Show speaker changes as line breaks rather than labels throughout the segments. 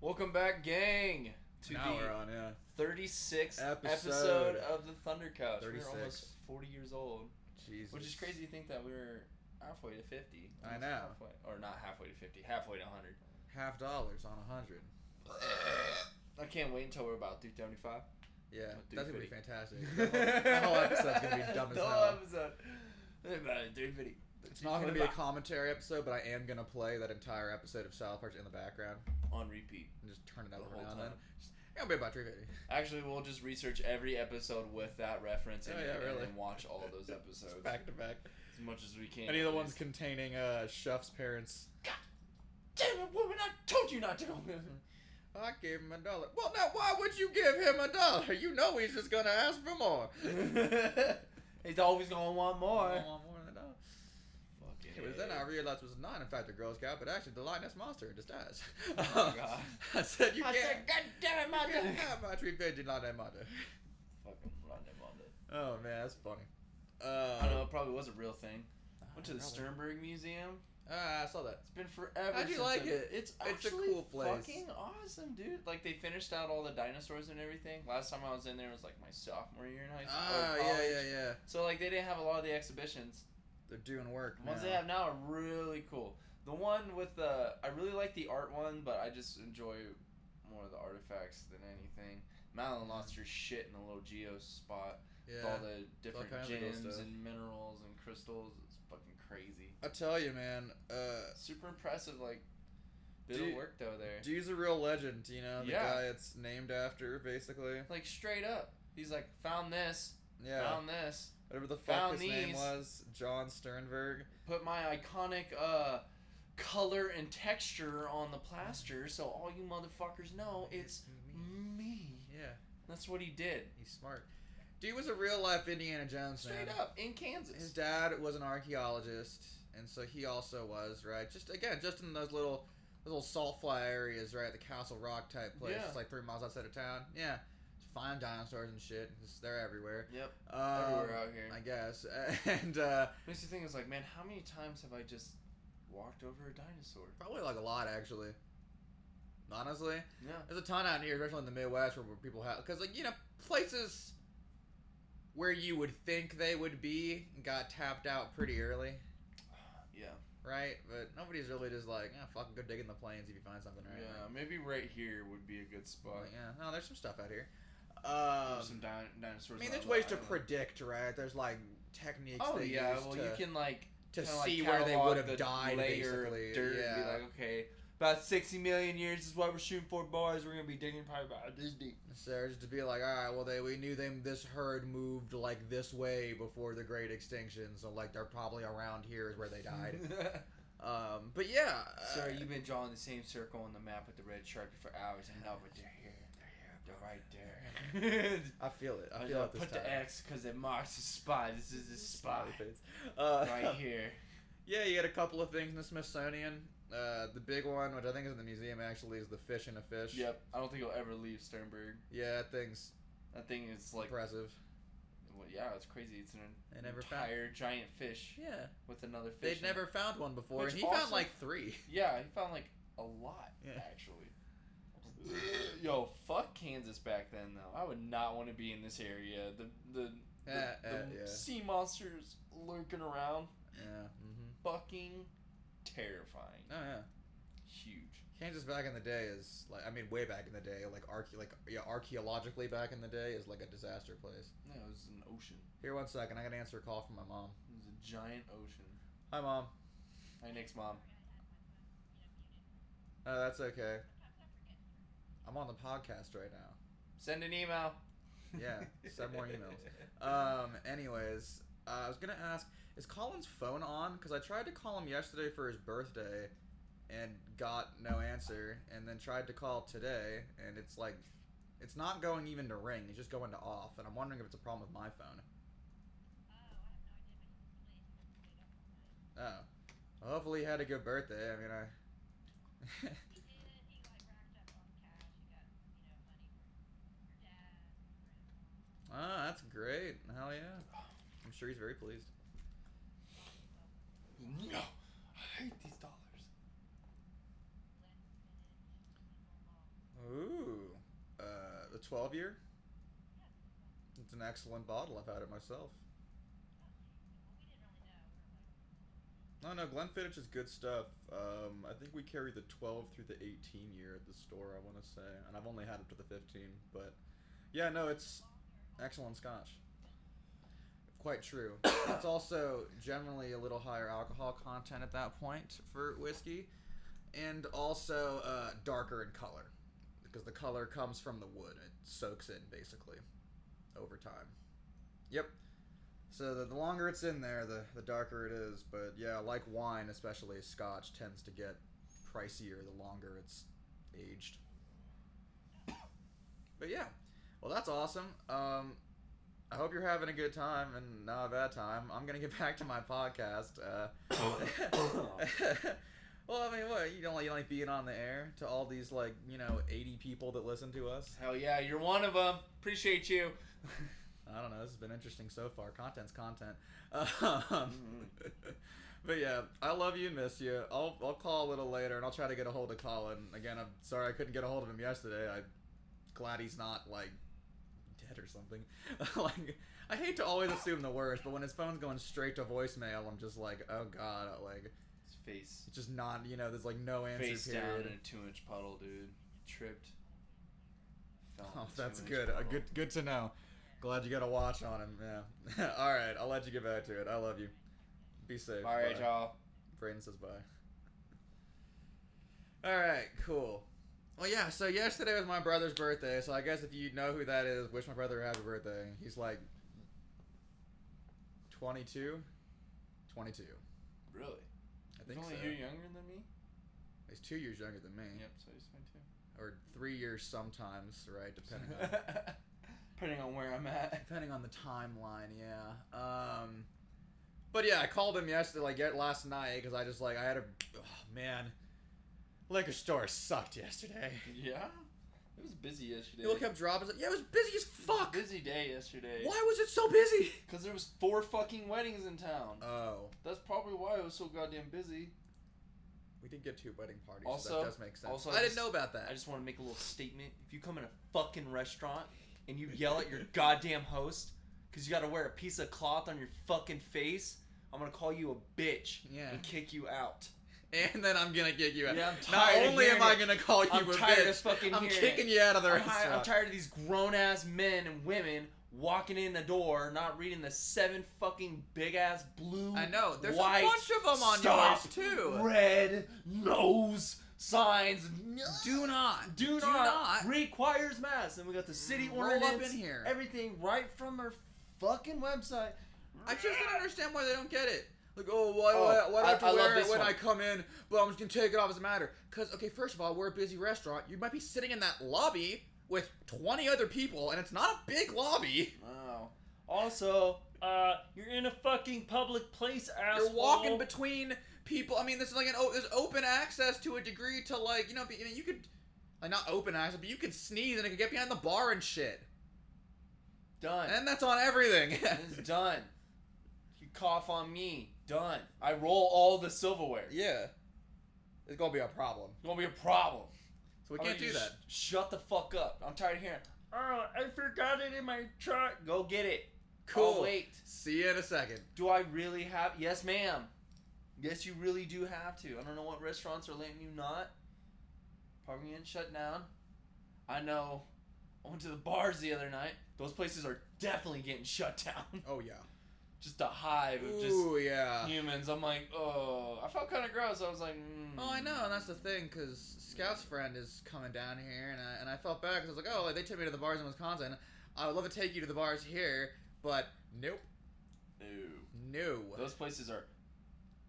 Welcome back, gang, to
Now we're
the
on, yeah.
36th episode.
Episode.
of the Thunder Couch. We're
36.
almost 40 years old,
Jesus.
which is crazy to think that we were halfway to 50.
I
Almost
know.
Halfway, or not halfway to 50, halfway to 100.
Half dollars on a hundred.
I can't wait until we're about 375.
Yeah,
Oh, dude,
that's gonna be
pretty-
fantastic. That whole, that whole episode's gonna be dumb as
The whole
hell.
episode. About 350.
It's not gonna be a commentary episode, but I am gonna play that entire episode of South Park in the background
on repeat.
and just turn it
The
up every
whole
now and then.
time.
Just, it's gonna be about three fifty.
Actually, we'll just research every episode with that reference and,
Oh, yeah,
and
really.
then watch all of those episodes
back to back.
as much as we can.
Any of the
at
ones
least.
containing uh, Chef's parents.
God damn it, woman! I told you not to go.
I gave him a dollar. Well, now why would you give him a dollar? You know he's just gonna ask for more.
He's always gonna want
I
more.
want more than a dollar. Oh,
Fucking.
It was then I realized it was not in fact a Girl Scout, but actually the lioness monster just dies.
Oh my God.
I said you
I
can't.
said, God damn it,
you can't
my
have my tree veggie lioness monster.
Fucking run them on it.
Oh man, that's funny. Uh,
I don't know. It probably was a real thing. Went to the
Probably.
Sternberg Museum.
Ah, I saw that.
It's been forever.
How'd you
since
like
I've-
it?
It's
It's a
actually
cool place.
Fucking awesome, dude. Like they finished out all the dinosaurs and everything. Last time I was in there was like my sophomore year in high school.
Ah,
or
yeah,
college.
yeah, yeah.
So like they didn't have a lot of the exhibitions.
They're doing work.
The ones
now.
they have now are really cool. The one with the I really like the art one, but I just enjoy more of the artifacts than anything. Madeline lost her shit in the little geo spot with all
Yeah.
the different
kinds of cool
gems
stuff.
and minerals and crystals. It's fucking crazy.
I tell you, man. Uh,
Super impressive, like bit
Do-
of work though there.
Dude's a real legend. You know, the
Yeah.
guy it's named after, basically.
like straight up, he's like found this,
Yeah.
found this,
Whatever the fuck
found
his name
these.
was, John Sternberg.
put my iconic uh color and texture on the plaster, so all you motherfuckers know Oh, it's me.
Yeah,
That's what he did.
he's smart. Dude was a real life Indiana Jones.
Straight
man.
up in Kansas.
His dad was an archaeologist, and so he also was right. Just again, just in those little, those little salt fly areas, right? The Castle Rock type place,
Yeah.
just like three miles outside of town. Yeah, just find dinosaurs and shit. Just, they're everywhere.
Yep.
Um,
Everywhere out here.
I guess. And uh,
Makes you think it's like, man, how many times have I just walked over a dinosaur?
probably like a lot actually. Honestly,
Yeah.
There's a ton out here, especially in the Midwest, where people have because, like, you know, places where you would think they would be got tapped out pretty early,
Yeah.
right? But nobody's really just like, yeah, fucking go dig in the plains if you find something, right?
Yeah. Maybe right here would be a good
Like,
spot.
like, yeah. No, there's some stuff out here. Um,
There's some di-
I
dinosaurs.
mean,
on
there's
the
ways to
island.
predict, right? There's like techniques.
Oh
they
yeah,
use
well
to,
you can like
to
kinda, like,
see where they
catalog
would have
the
died,
layer of
basically.
dirt and
Yeah.
be like, okay, about sixty million years is what we're shooting for, boys. We're gonna be digging probably about this deep.
So just to be like, all right, well, they we knew them. This herd moved like this way before the Great Extinction, so like they're probably around here is where they died. um, but yeah, uh,
Sir, you've been drawing the same circle on the map with the red sharpie for hours, and now but they're here. They're right there.
I feel it. I
I
feel
know,
it this
put
time.
the X because it marks the spot. This is the spot
Smiley face. Uh,
right here.
Yeah, you had a couple of things in the Smithsonian. Uh, the big one, which I think is in the museum, actually, is the fish in a fish.
Yep, I don't think it'll ever leave Sternberg.
Yeah, that thing's
That thing is like,
impressive.
well, yeah, it's crazy. It's an
They never found-
entire giant fish
Yeah.
with another fish.
They'd
in it.
never found one before,
Which
and he found
also-
like three.
Yeah, he found like a lot
Yeah.
actually. Yo, fuck Kansas back then though. I would not want to be in this area. The the, the,
Yeah,
the
Eh, yeah, yeah.
sea monsters lurking around,
Yeah. Mm-hmm.
fucking terrifying.
Oh yeah.
Huge.
Kansas back in the day is like I mean way back in the day like arche- like yeah archaeologically back in the day is like a disaster place.
No, it was an ocean.
Here one second, I gotta answer a call from my mom.
It was a giant ocean.
Hi mom.
Hi, Nick's mom.
Oh, that's okay. I'm on the podcast right now.
Send an email.
Yeah, send more emails. Um. Anyways, uh, I was gonna ask, is Colin's phone on? Because I tried to call him yesterday for his birthday, and got no answer, and then tried to call today, and it's like, it's not going even to ring. It's just going to off, and I'm wondering if it's a problem with my phone. Oh. Well, hopefully he had a good birthday. I mean, I. ah, that's great. Hell yeah. I'm sure he's very pleased.
No, I hate these dollars.
Uh, the 12 year. It's an excellent bottle. I've had it myself. No, no, Glenfiddich is good stuff. Um, I think we carry the 12 through the 18 year at the store, I want to say. And I've only had up to the 15. But yeah, no, it's excellent scotch. Quite true. it's also generally a little higher alcohol content at that point for whiskey. And also uh, darker in color. Because the color comes from the wood, it soaks in basically over time. Yep. So the, the longer it's in there, the, the darker it is. But yeah, like wine, especially scotch, tends to get pricier the longer it's aged. But yeah, well, that's awesome. Um, I hope you're having a good time and not a bad time. I'm going to get back to my podcast. Uh, well, I mean, what? You don't, like- you don't like being on the air to all these, like, you know, 80 people that listen to us?
Hell yeah, you're one of them. Appreciate you.
I don't know. This has been interesting so far. Content's content.
Mm-hmm.
Um, but yeah, I love you and miss you. I'll, I'll call a little later and I'll try to get a hold of Colin. Again, I'm sorry I couldn't get a hold of him yesterday. I'm glad he's not like dead or something. like I hate to always assume the worst, but when his phone's going straight to voicemail, I'm just like, oh god, like
His face,
it's just not. You know, there's like no answer
face down
period.
in a two-inch puddle, dude. Tripped. Fell in
Oh,
a
that's
two-inch
good. Uh,
puddle.
good. Good to know. Glad you got a watch on him. Yeah. All right. I'll let you get back to it. I love you. Be safe.
All right,
Bye.
y'all.
Braden says bye. All right. Cool. Well, yeah. So yesterday was my brother's birthday. So I guess if you know who that is, wish my brother a happy birthday. He's like 22. 22.
Really?
I
He's
think so.
only you younger than me.
He's two years younger than me,
Yep, so he's twenty-two.
or three years sometimes, right? Depending on
Depending on where I'm at.
depending on the timeline yeah um but yeah i called him yesterday like yet last night because i just like i had a oh, man liquor store sucked yesterday
Yeah. It was busy yesterday.
people kept dropping yeah it was busy as fuck
Busy day yesterday.
why was it so busy
Cause there was four fucking weddings in town.
oh
That's probably why it was so goddamn busy.
we did get two wedding parties so
Also-
that does make sense
also,
i
I
didn't
just-
know about that
I just want to make a little statement. If you come in a fucking restaurant and you yell at your goddamn host because you got to wear a piece of cloth on your fucking face, I'm gonna call you a bitch
Yeah.
and kick you out.
and then i'm gonna kick you out
Yeah, I'm
not
tired of
only am
hearing
i
it.
gonna call you
I'm
a
tired of
bitch
fucking
i'm
hearing
kicking you out of the
I'm, hi-
restaurant
I'm tired of these grown ass men and women walking in the door not reading the seven fucking big ass blue.
I know. There's
white,
a bunch of them on
stop,
yours too.
Red nose signs.
Do not. Mm,
do, not, requires masks. And we got the city
Roll up
ordinance
in here.
Everything right from their fucking website.
I just don't understand why they don't get it. Like, oh, why,
Oh,
why, why do I have to
I- I love
wear it
this
when
one.
I come in? But I'm just gonna take it off as a matter. Cause okay, first of all, we're a busy restaurant. You might be sitting in that lobby with 20 other people, and it's not a big lobby.
Wow. Also, uh, you're in a fucking public place, asshole.
You're walking between people. I mean, this is like an o- there's open access to a degree to like you know, be- I mean, you could like not open access, but you could sneeze and it could get behind the bar and shit.
done.
And that's on everything.
it's done. You cough on me. Done. I roll all the silverware.
yeah, it's gonna be a problem.
It's gonna be a problem.
So we
How
can't
about you
do that.
sh- shut the fuck up. I'm tired of hearing. Oh, I forgot it in my truck. Go get it.
Cool.
I'll wait.
See you in a second.
Do I really have? Yes, ma'am. Yes, you really do have to. I don't know what restaurants are letting you not. Probably getting shut down. I know. I went to the bars the other night. Those places are definitely getting shut down.
Oh yeah.
just a hive of just
Ooh yeah.
humans. I'm like, oh, I felt kind of gross. I was like, mm.
Oh, I know, and that's the thing, because Scout's friend is coming down here, and I, and I felt bad, because I was like, oh, like, they took me to the bars in Wisconsin. I would love to take you to the bars here, but nope,
No.
no.
Those places are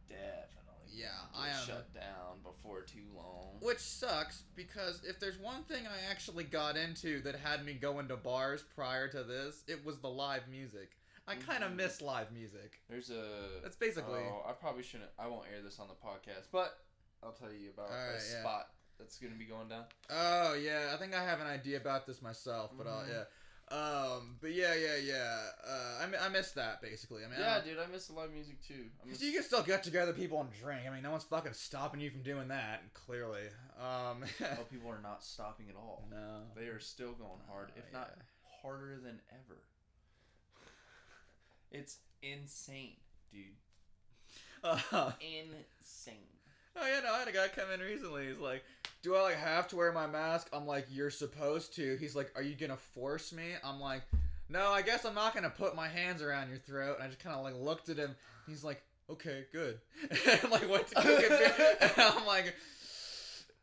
definitely
Yeah,
gonna
I
get
am.
shut down before too long.
Which sucks, because if there's one thing I actually got into that had me going to bars prior to this, it was the live music. I kind of
Mhm.
miss live music.
There's a
That's basically.
Oh, I probably shouldn't. I won't air this on the podcast, but I'll tell you about
All
a
right, yeah.
spot that's going to be going down.
Oh yeah, I think I have an idea about this myself, but uh,
Mhm.
yeah. Um, but yeah, yeah, yeah. Uh, I, mi- I miss that basically. I mean, I
yeah,
don't-
dude, I miss live music too. I miss,
So you can still get together people and drink. I mean, no one's fucking stopping you from doing that. Clearly. Um,
oh, people are not stopping at all.
no.
They are still going hard, if not
Oh, Yeah.
harder than ever. It's insane, dude.
Uh,
Insane.
oh yeah, no. I had a guy come in recently. He's like, "Do I like have to wear my mask?" I'm like, "You're supposed to." He's like, "Are you gonna force me?" I'm like, "No, I guess I'm not gonna put my hands around your throat." And I just kind of like looked at him. He's like, "Okay, good." I'm like, "What?" To and I'm like,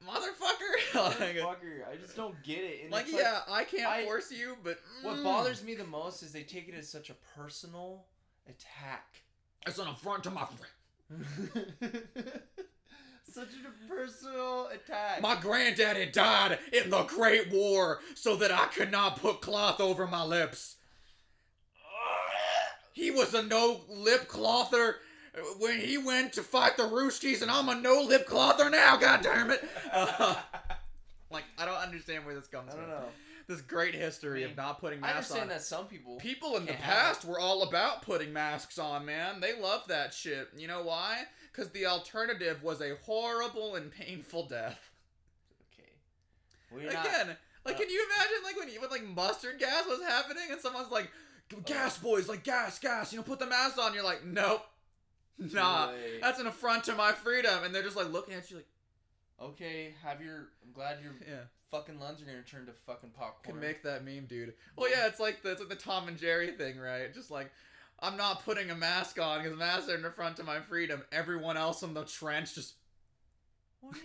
"Motherfucker!" like,
Fucker, I just don't get it. And
like,
it's
yeah, I can't
I-
force you, but
What
mm.
bothers me the most is they take it as such a personal attack.
It's an affront to my friend.
such a personal attack.
My granddaddy died in the Great War so that I could not put cloth over my lips. He was a no lip clother when he went to fight the Ruskies, and I'm a no lip clother now, God damn it! Uh, like, I don't understand where this comes
I
from.
don't know.
This great history
I mean,
of not putting
I
masks on.
understand that some people.
People in the
Can't have
past were all about putting masks on, man. They loved that shit. You know why? Because the alternative was a horrible and painful death.
Okay. We're not.
Again, like,
uh,
can you imagine, like, when, when like mustard gas was happening, and someone's like, "G- "Gas, boys, like gas, gas," you know, put the mask on. You're like, "Nope, nah,
Right.
that's an affront to my freedom," and they're just like looking at you, like,
Okay, have your. I'm glad your
"Yeah."
fucking lungs are gonna turn to fucking popcorn.
Can make that meme, dude. Well, yeah, it's like the it's like the Tom and Jerry thing, right? Just like I'm not putting a mask on because masks are an affront to my freedom. Everyone else in the trench just
What do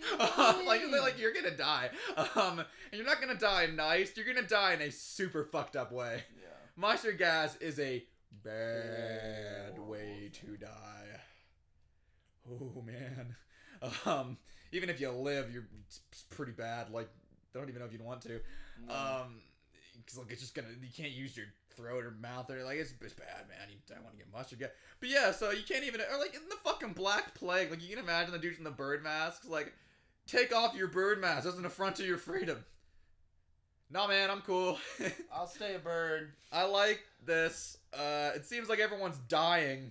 you
like they're
mean?
like you're gonna die, um, and you're not gonna die nice. You're gonna die in a super fucked up way.
Yeah.
Mustard gas is a bad
Horrible
way
thing.
to die. Oh man, um, even if you live, you're it's pretty bad. Like I don't even know if you'd want to.
No.
Um, because like it's just gonna you can't use your throat or mouth or like it's, it's bad, man. You don't want to get mustard gas. But yeah, so you can't even or like in the fucking black plague, like you can imagine the dudes in the bird masks, like take off your bird mask. That's an affront to your freedom. Nah, man, I'm cool.
Mm. I'll stay a bird.
I like this. Uh, it seems like everyone's dying.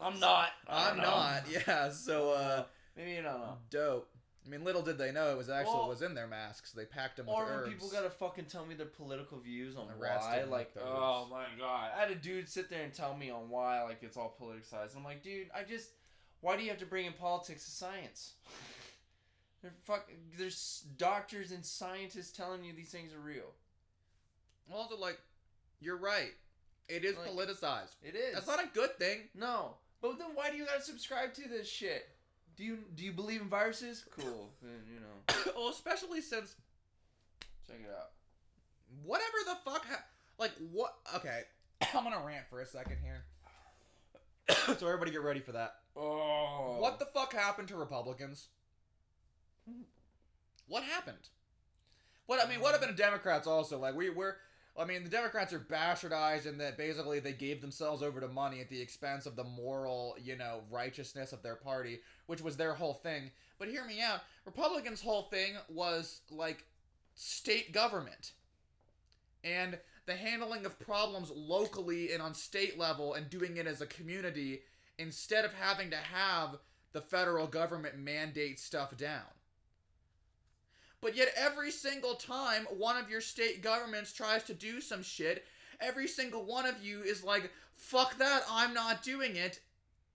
I'm not. I
I'm
don't know.
not. Yeah. So uh,
Maybe you don't know.
dope. I mean, little did they know it was actually
Well-
was in their masks. They packed them with
Or
herbs.
when people gotta fucking tell me their political views on
The rats
why,
didn't
like,
like those.
oh my god, I had a dude sit there and tell me on why, like, it's all politicized. I'm like, dude, I just, why do you have to bring in politics to science? They're fuck, there's doctors and scientists telling you these things are real.
Well, also, like, you're right. It is
Like-
politicized.
It is.
That's not a good thing.
no, but then why do you gotta subscribe to this shit? Do you do you believe in viruses? Cool, then you know,
well, especially since
check it out.
whatever the fuck, ha- like, what? Okay, I'm gonna rant for a second here. so everybody get ready for that.
Oh,
What the fuck happened to Republicans? What happened? What I mean, what happened to Democrats also? Like we were, I mean, the Democrats are bastardized in that basically they gave themselves over to money at the expense of the moral, you know, righteousness of their party, which was their whole thing. But hear me out. Republicans' whole thing was like state government and the handling of problems locally and on state level and doing it as a community instead of having to have the federal government mandate stuff down. But yet, every single time one of your state governments tries to do some shit, every single one of you is like, fuck that, I'm not doing it.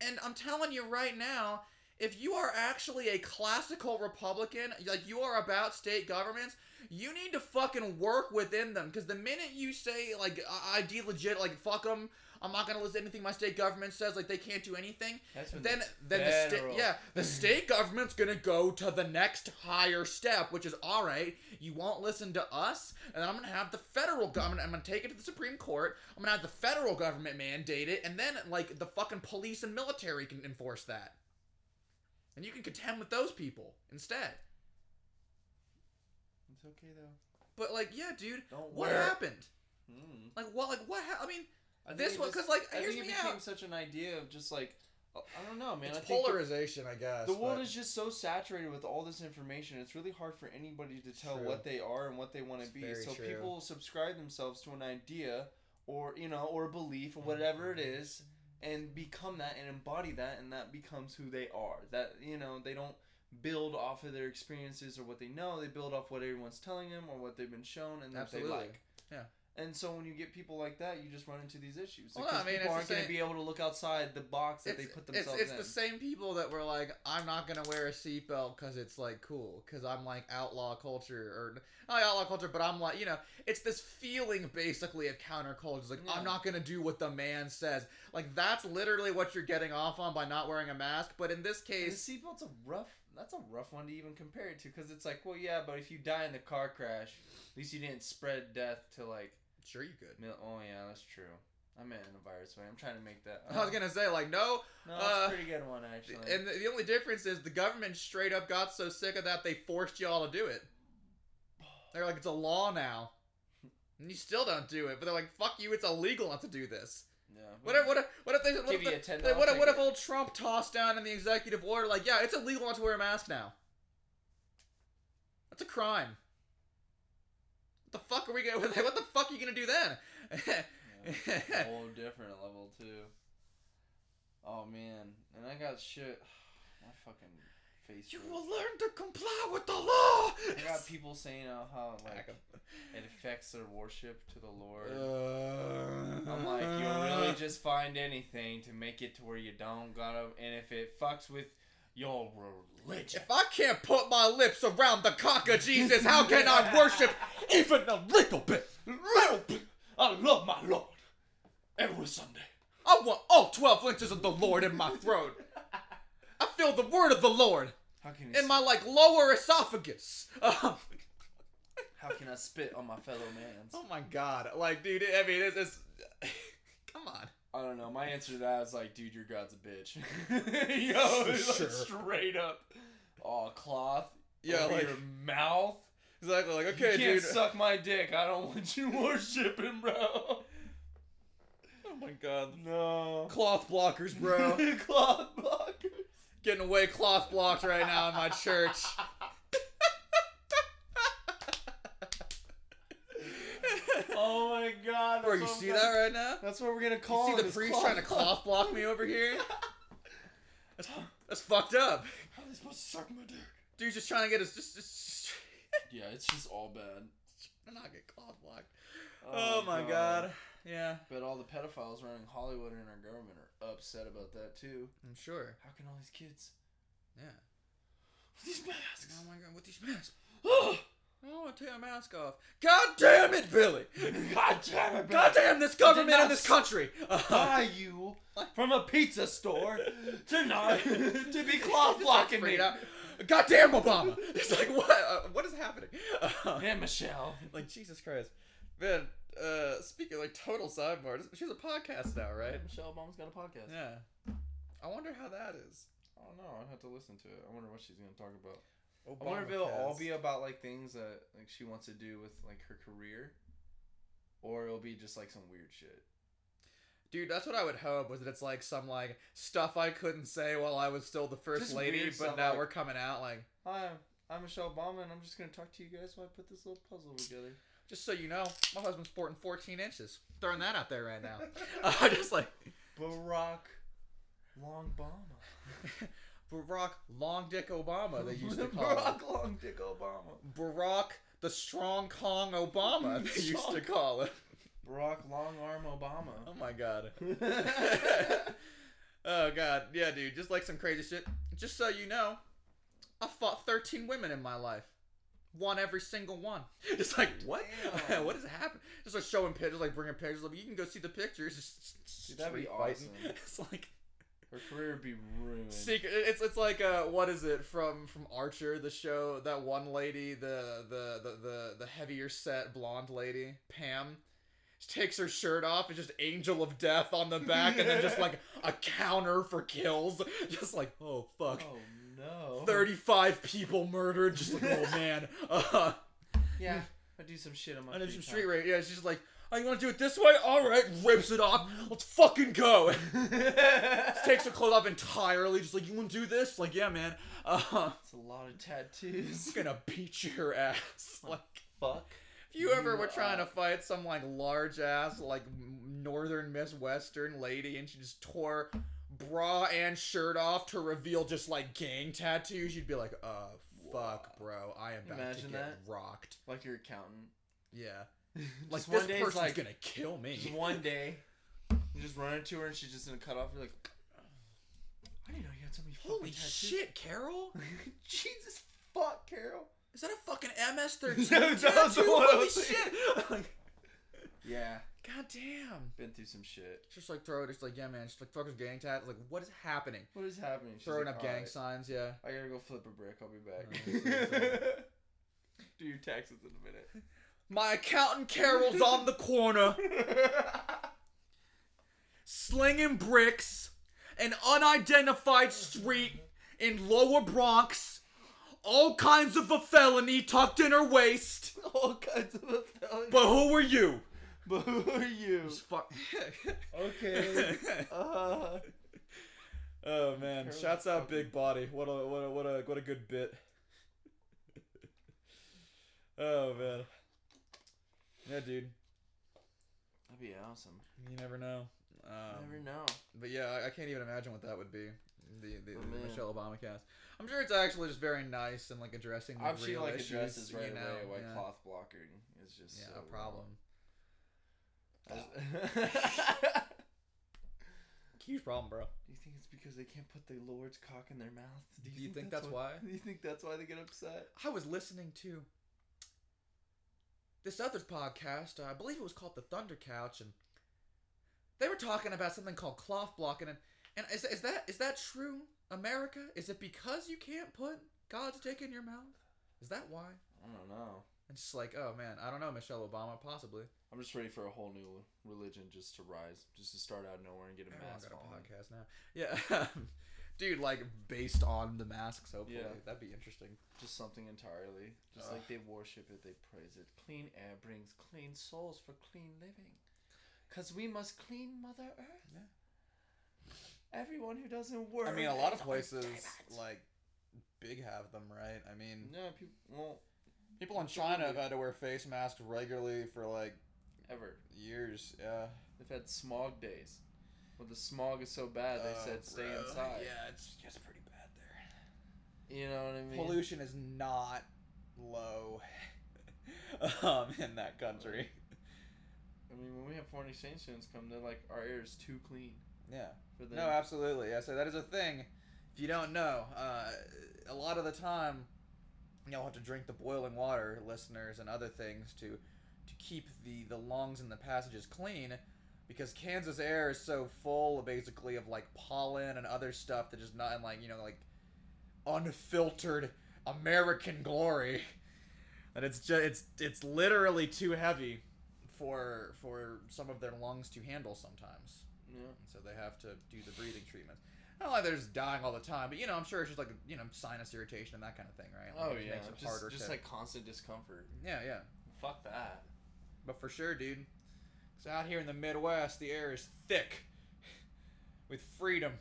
And I'm telling you right now, if you are actually a classical Republican, like you are about state governments, you need to fucking work within them. Because the minute you say, like, I, I delegit, like, fuck them, I'm not gonna listen to anything my state government says, like, they can't do anything,
That's when
then
it's
then the state
federal.
yeah the state government's gonna go to the next higher step which is all right you won't listen to us and i'm gonna have the federal government i'm gonna take it to the supreme court i'm gonna have the federal government mandate it and then like the fucking police and military can enforce that and you can contend with those people instead
It's okay though.
but like yeah dude
Don't
what
wear it.
happened
Mm.
like what like what ha- i mean
I think
this
it
one
just-
because like
I
here's
think it
me
became
out
such an idea of just like uh, I don't know, man.
it's
I think the-
polarization, I guess.
the world
but-
is just so saturated with all this information. It's really hard for anybody to tell
True.
what they are and what they want to
It's
be.
very
So
true.
people subscribe themselves to an idea or you know or a belief or whatever it
Mm-hmm.
is, and become that and embody that, and that becomes who they are. That you know they don't build off of their experiences or what they know. They build off what everyone's telling them or what they've been shown and that
Absolutely.
they like.
Yeah.
And so when you get people like that, you just run into these issues
Well,
because
I mean, it's
people
the
aren't going to
same-
be able to look outside the box that
it's,
they put themselves
it's, it's
in.
the same people that were like, I'm not gonna wear a seatbelt because it's like cool, because I'm like outlaw culture or not outlaw culture, but I'm like, you know, it's this feeling basically of counterculture. It's like
Yeah.
I'm not gonna do what the man says. Like that's literally what you're getting off on by not wearing a mask. But in this
And The
case,
seatbelt's a rough. That's a rough one to even compare it to, because it's like, well, yeah, but if you die in the car crash, at least you didn't spread death to like.
sure you could.
mil- Oh yeah, that's true. I'm in a virus way. I'm trying to make that. um,
I was gonna say like no,
No, that's
uh,
a pretty good one actually.
And the, the only difference is the government straight up got so sick of that they forced y'all to do it. They're like, it's a law now. And you still don't do it, but they're like, fuck you, it's illegal not to do this.
yeah.
What if, what if, what if they, what
Give
if,
you
the,
a ten
they-
dollar.
what if, what if old Trump tossed down in the executive order, like, yeah, it's illegal not to wear a mask now? That's a crime. What the fuck are we gonna, what the fuck are you gonna do then?
Yeah, whole different level too. Oh man, and I got shit. My fucking face.
you
hurts.
will learn to comply with the law!
I got people saying uh, how like
Back up.
it affects their worship to the Lord. I'm
I'm
like, you'll
Uh.
really just find anything to make it to where you don't gotta. And if it fucks with your religion,
If I can't put my lips around the cock of Jesus, how can I worship even a little bit?
little bit, I love my Lord every Sunday.
I want all 12 inches of the Lord in my throat. I feel the word of the Lord
How can I,
in my like lower esophagus. Um,
how can I spit on my fellow man's?
oh my god. Like, dude, I mean, it's. it's come on.
I don't know. My answer to that is like, dude, your God's a bitch. Yo,
For
like,
sure.
straight up. Oh, cloth.
Yeah,
over
like-
your mouth.
Exactly. Like,
You
okay,
can't
dude.
suck my dick. I don't want you worshiping, bro.
oh my god.
No.
Cloth blockers, bro.
cloth blockers.
Getting away cloth blocked right now in my church.
Oh my god.
Bro,
that's
you
what I'm gonna-
see that right now?
That's what we're gonna call
You see
him,
the
is
priest
cloth
trying to
block-
cloth block me over here? That's, that's fucked up.
How are they supposed to suck my dick?
Dude's just trying to get us. Just, just,
Yeah, it's just all bad.
I'm not get cloth blocked. Oh, my god. Yeah,
But all the pedophiles running Hollywood and our government are upset about that too.
I'm sure.
How can all these kids
Yeah.
with these masks?
Oh my god, with these masks.
Ugh.
I don't want to take my mask off. God damn it, Billy!
god damn it!
God
God damn
damn this government
not
and this
s-
country! Uh,
buy you from a pizza store to not to be cloth
just
blocking me.
freaked out. God damn Obama! It's like, what? Uh, what is happening? Uh,
And Michelle.
like Jesus Christ, man. Uh, speaking of, like total sidebar, she's a podcast now, right?
Michelle Obama's got a podcast.
Yeah. I wonder how that is.
I don't know. I'd have to listen to it. I wonder what she's gonna talk about.
Obama
I wonder if it'll all be about like things that like she wants to do with like her career, or it'll be just like some weird shit.
Dude, that's what I would hope was that it's like some like stuff I couldn't say while I was still the first
Just
lady,
weird
but
stuff,
now
like-
we're coming out like
Hi, I'm, I'm Michelle Obama, and I'm just gonna talk to you guys while I put this little puzzle together.
just so you know, my husband's sporting 14 inches. Throwing that out there right now. uh, just like
Barack Long Obama.
Barack Long Dick Obama they used to call him.
Barack Long Dick Obama.
Barack the Strong Kong Obama they used
Strong-
to call him.
Barack Long Arm
Oh
Obama.
my god.
That's
Oh god, yeah, dude, just like some crazy shit. Just so you know, I fought 13 women in my life. Won every single one. Just like what?
Damn.
what has happened? Just like showing pictures, like bringing pictures. Like you can go see the pictures. Just
Dude, that'd be
straight fighting.
awesome.
It's like
her career would be ruined.
secret. It's it's like uh, what is it from from Archer? The show that one lady, the the the the, the heavier set blonde lady, Pam. just Takes her shirt off and just angel of death on the back, and then just like a counter for kills. Just like, oh fuck,
Oh no.
35 people murdered. Just like, oh man. Uh,
Yeah. I do some shit on my
I did
free
some
time.
street rage. Yeah, she's just like, oh, you want to do it this way? All right, rips it off. Let's fucking go. Just takes her clothes off entirely. Just like, you want to do this? Like, yeah, man. Uh,
It's a lot of
I'm
tattoos.
gonna beat your ass. Like,
Fuck.
if you ever
You
were trying to
are-
fight some like large ass like northern Miss Western lady, and she just tore bra and shirt off to reveal just like gang tattoos, you'd be like, uh, fuck, bro, I am about to
Imagine
get
that.
rocked.
Like your accountant.
Yeah, like
Like
this
one day
person's
it's like
gonna kill me.
just one day. You just run into her and she's just gonna cut off. You're like, I didn't know you had so many fucking
Holy
tattoos.
shit, Carol!
Jesus fuck, Carol.
Is that a fucking MS-13
No, that was the
tattoo?
one I
Holy
was thinking.
shit! Like,
Yeah,
God damn.
been through some shit.
Just like throw it. It's like yeah, man. Just like fuckers gang tat. Like what is happening?
What is happening? She's
Throwing
like,
up
"All
gang
right,
signs. Yeah.
I gotta go flip a brick. I'll be
Alright,
back. Do your taxes in a minute.
My accountant Carol's on the corner, slinging bricks, an unidentified street in Lower Bronx, all kinds of a felony tucked in her waist.
All kinds of a felony.
But who are you?
But who are you?
Just fuck.
Okay. Uh,
oh man!
Carol's
Shouts out
fucking-
Big Body. What a what a what a what a good bit. oh man. Yeah, dude.
that'd be awesome.
You never know. Um,
Never know.
But yeah, I, I can't even imagine what that would be. The, the,
Oh,
the
man.
Michelle Obama cast. I'm sure it's actually just very nice and like addressing the
I'm
real
sure like
issues.
addresses right
you know,
away. Why
yeah.
cloth blocking is just
Yeah,
so
a problem.
wrong.
Huge problem, bro.
Do you think it's because they can't put the Lord's cock in their mouth?
Do you think that's why?
Do you think that's why they get upset?
I was listening to this other podcast. uh, I believe it was called the Thunder Couch, and they were talking about something called cloth blocking. And, and is, is that is that true, America? Is it because you can't put God's dick in your mouth? Is that why?
I don't know.
And just like, oh man, I don't know, Michelle Obama, possibly.
I'm just ready for a whole new religion just to rise, just to start out of nowhere and get a
Everyone
mass
got
following.
a podcast now. Yeah, dude, like based on the masks, hopefully
Yeah.
that'd be interesting.
Just something entirely. Just
Ugh.
like they worship it, they praise it. Clean air brings clean souls for clean living. Cause we must clean Mother Earth.
Yeah.
Everyone who doesn't work.
I mean, a lot of
God
places
damn it.
like big have them, right? I mean,
no people won't Mm-hmm.
people in China have had to wear face masks regularly for like
ever.
years. Yeah,
They've had smog days. Well, the smog is so bad they
Oh,
said stay
bro.
inside.
Yeah, it's it's pretty bad there.
You know what I mean?
Pollution is not low um, in that country.
I mean, when we have foreign exchange students come, they're like, our air is too clean
Yeah.
for them.
No, absolutely. Yeah, so that is a thing. If you don't know, uh, a lot of the time, you'll have to drink the boiling water, listeners, and other things to to keep the the lungs and the passages clean, because Kansas air is so full, basically, of like pollen and other stuff that is not in like you know like unfiltered American glory, and it's just it's it's literally too heavy for for some of their lungs to handle sometimes.
yeah.
And so they have to do the breathing treatments. Not like they're just dying all the time, but you know, I'm sure it's just like you know sinus irritation and that kind of thing, right? Like,
Oh,
it
yeah.
makes it
Just,
harder
just
to-
like constant discomfort.
yeah, yeah.
Fuck that.
But for sure, dude, because out here in the Midwest, the air is thick with freedom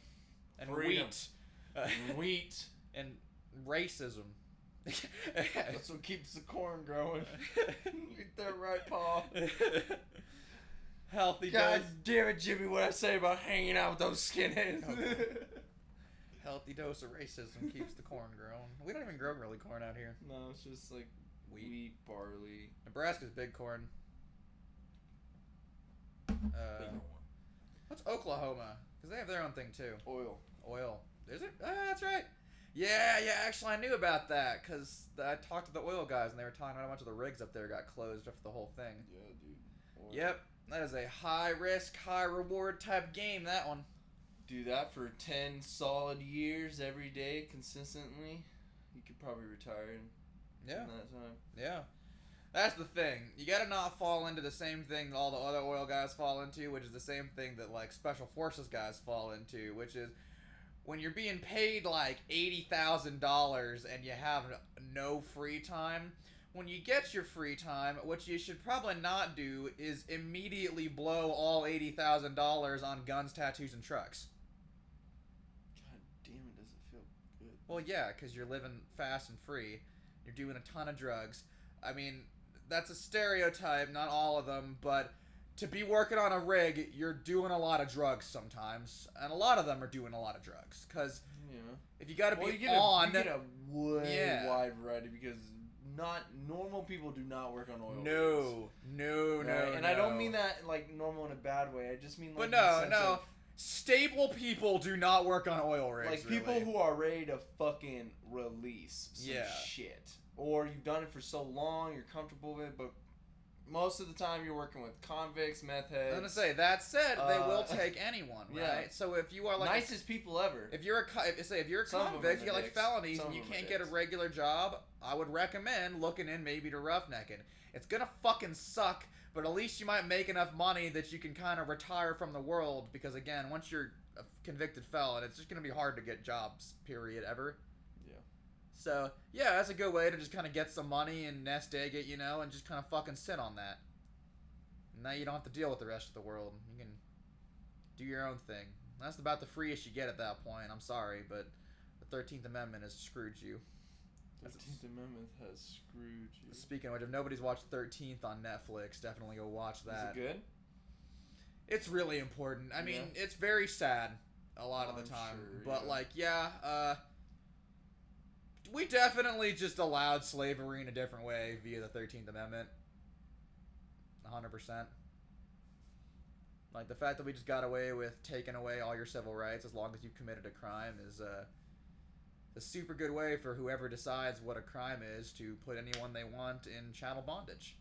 and
Freedom.
wheat Uh,
Wheat.
and racism.
That's what keeps the corn growing. Ain't that right, Paul?
Healthy
God
dose,
damn it, Jimmy, what I say about hanging out with those skinheads.
healthy dose of racism keeps the corn growing. We don't even grow really corn out here.
no, it's just like wheat,
Wheat.
barley.
Nebraska's big corn. Uh, what's Oklahoma? Because they have their own thing too.
Oil.
Oil. Is it? Ah, that's right. Yeah, yeah. Actually, I knew about that because I talked to the oil guys and they were talking about how much of the rigs up there got closed after the whole thing.
Yeah, dude. Oil.
Yep, that is a high risk, high reward type game. That one.
do that for 10 solid years every day consistently you could probably retire in,
Yeah,
in that time
yeah. That's the thing. You gotta not fall into the same thing that all the other oil guys fall into, which is the same thing that like special forces guys fall into, which is when you're being paid like eighty thousand dollars and you have no free time. when you get your free time, what you should probably not do is immediately blow all $80,000 on guns, tattoos, and trucks.
God damn it, does it feel good?
Well, yeah, because you're living fast and free. You're doing a ton of drugs. I mean, that's a stereotype, not all of them, but to be working on a rig, you're doing a lot of drugs sometimes. And a lot of them are doing a lot of drugs. Because
Yeah.
if you got to
Well, you
be
get, a,
on.
you get a way
Yeah.
wide variety because not normal people do not work on oil. rigs.
no, no, no,
Right? and I
no.
don't mean that like normal in a bad way. I just mean like
But
in the
no,
sense
no.
of-
Stable people do not work on oil rigs.
like people
really.
who are ready to fucking release some
Yeah.
shit or you've done it for so long you're comfortable with it but most of the time you're working with convicts meth
I
heads
was gonna say that said, they will
Uh,
take anyone, right?
yeah.
So if you are like
nicest people ever
if you're a co- if, say if you're a
Some of 'em
convict,
are
you got like
dicks.
felonies,
Some
and
of
you
'em are
can't get a
dicks.
regular job, I would recommend looking in maybe to roughnecking. It's gonna fucking suck, but at least you might make enough money that you can kind of retire from the world. Because again, once you're a convicted felon, it's just gonna be hard to get jobs. Period. Ever.
Yeah.
So yeah, that's a good way to just kind of get some money and nest egg it, you know, and just kind of fucking sit on that. Now you don't have to deal with the rest of the world. You can do your own thing. That's about the freest you get at that point. I'm sorry, but the Thirteenth Amendment has screwed you.
the 15th amendment has screwed you is
Speaking of which, if nobody's watched Thirteenth on Netflix, definitely go watch that.
it good
It's really important. I mean, it's very sad a lot
Oh,
of the
I'm
time,
sure,
but
yeah.
like, yeah, uh, we definitely just allowed slavery in a different way via the Thirteenth Amendment. A hundred percent. Like the fact that we just got away with taking away all your civil rights as long as you've committed a crime is uh, a super good way for whoever decides what a crime is to put anyone they want in chattel bondage.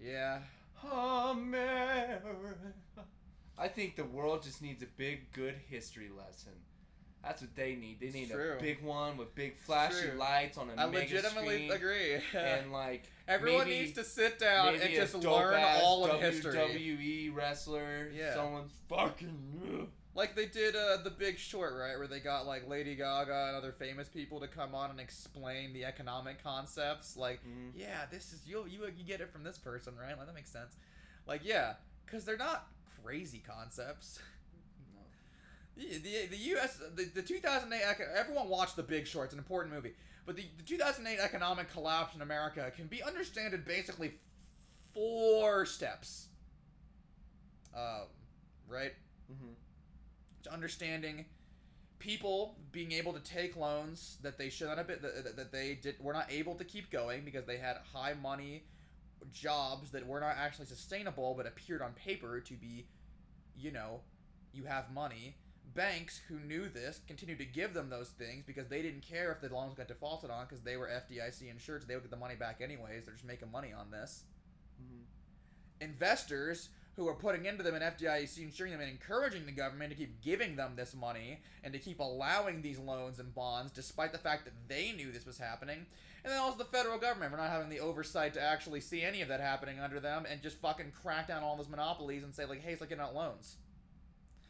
yeah
Yeah,
America. i think the world just needs a big good history lesson that's what they need they
It's
need
true.
a big one with big flashy
true.
lights on a
I
mega
legitimately
screen
agree.
and like
Everyone
Maybe-
needs to sit down and
Maybe a
just
dope
learn
ass
all of history.
WWE wrestler.
Yeah.
Someone's fucking.
Like they did uh, the Big Short, right, where they got like Lady Gaga and other famous people to come on and explain the economic concepts. Like,
Mhm.
yeah, this is you you you get it from this person, right? Like that makes sense. Like, yeah, because they're not crazy concepts.
No.
The, the, the U.S. the, the 2008 eco- everyone watched The Big Short. It's an important movie, but the, the 2008 economic collapse in America can be understood in basically four steps. Um, right?
Mm-hmm.
It's understanding people being able to take loans that they should not have been that, that- that they did were not able to keep going because they had high money jobs that were not actually sustainable but appeared on paper to be you know you have money banks who knew this continued to give them those things because they didn't care if the loans got defaulted on because they were fdic insured so they would get the money back anyways they're just making money on this
mm-hmm.
investors who are putting into them and FDIC insuring them and encouraging the government to keep giving them this money and to keep allowing these loans and bonds despite the fact that they knew this was happening. And then also the federal government for not having the oversight to actually see any of that happening under them and just fucking crack down on all those monopolies and say, like, hey, it's like getting out loans.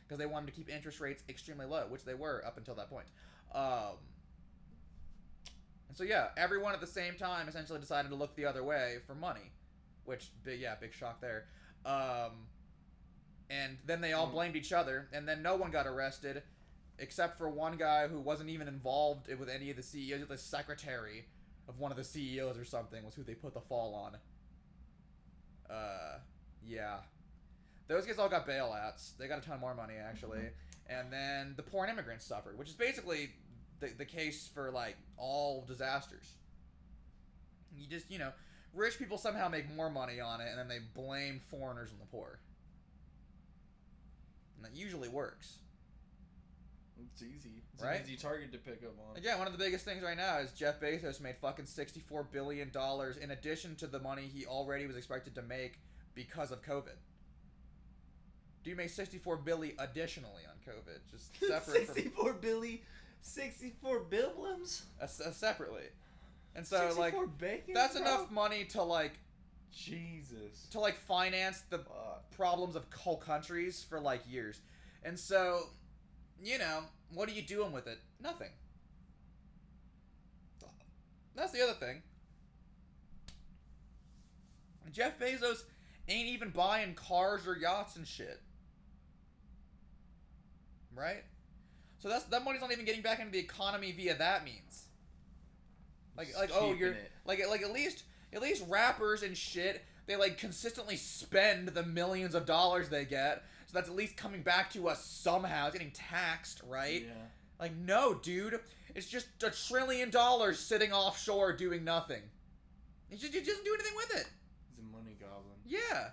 Because they wanted to keep interest rates extremely low, which they were up until that point. Um, and so, yeah, everyone at the same time essentially decided to look the other way for money which big yeah big shock there um and then they all
Mm.
blamed each other and then no one got arrested except for one guy who wasn't even involved with any of the E ceos the secretary of one of the ceos or something was who they put the fall on uh yeah those guys all got bailouts they got a ton more money actually and then the poor immigrants suffered which is basically the, the case for like all disasters you just you know rich people somehow make more money on it and then they blame foreigners and the poor and that usually works
It's easy. It's
Right?
an easy target to pick up on.
again one of the biggest things right now is jeff bezos made fucking 64 billion dollars in addition to the money he already was expected to make because of covid do you make 64 billion additionally on covid just separate from
Sixty-four Billy. Sixty-four Biblims.
uh, se- separately and so like
64 bacon,
that's
bro?
enough money to like
Jesus.
to like finance the uh,
Fuck.
problems of whole countries for like years. And so, you know, what are you doing with it? Nothing. That's the other thing. Jeff Bezos ain't even buying cars or yachts and shit. Right? So that's that money's not even getting back into the economy via that means. Like
Just
like oh
keeping
you're
it.
like like at least at least rappers and shit they like consistently spend the millions of dollars they get. So that's at least coming back to us somehow. It's getting taxed, right?
Yeah.
Like, no, dude. It's just a trillion dollars sitting offshore doing nothing. He just, he doesn't do anything with it.
He's a money goblin.
Yeah.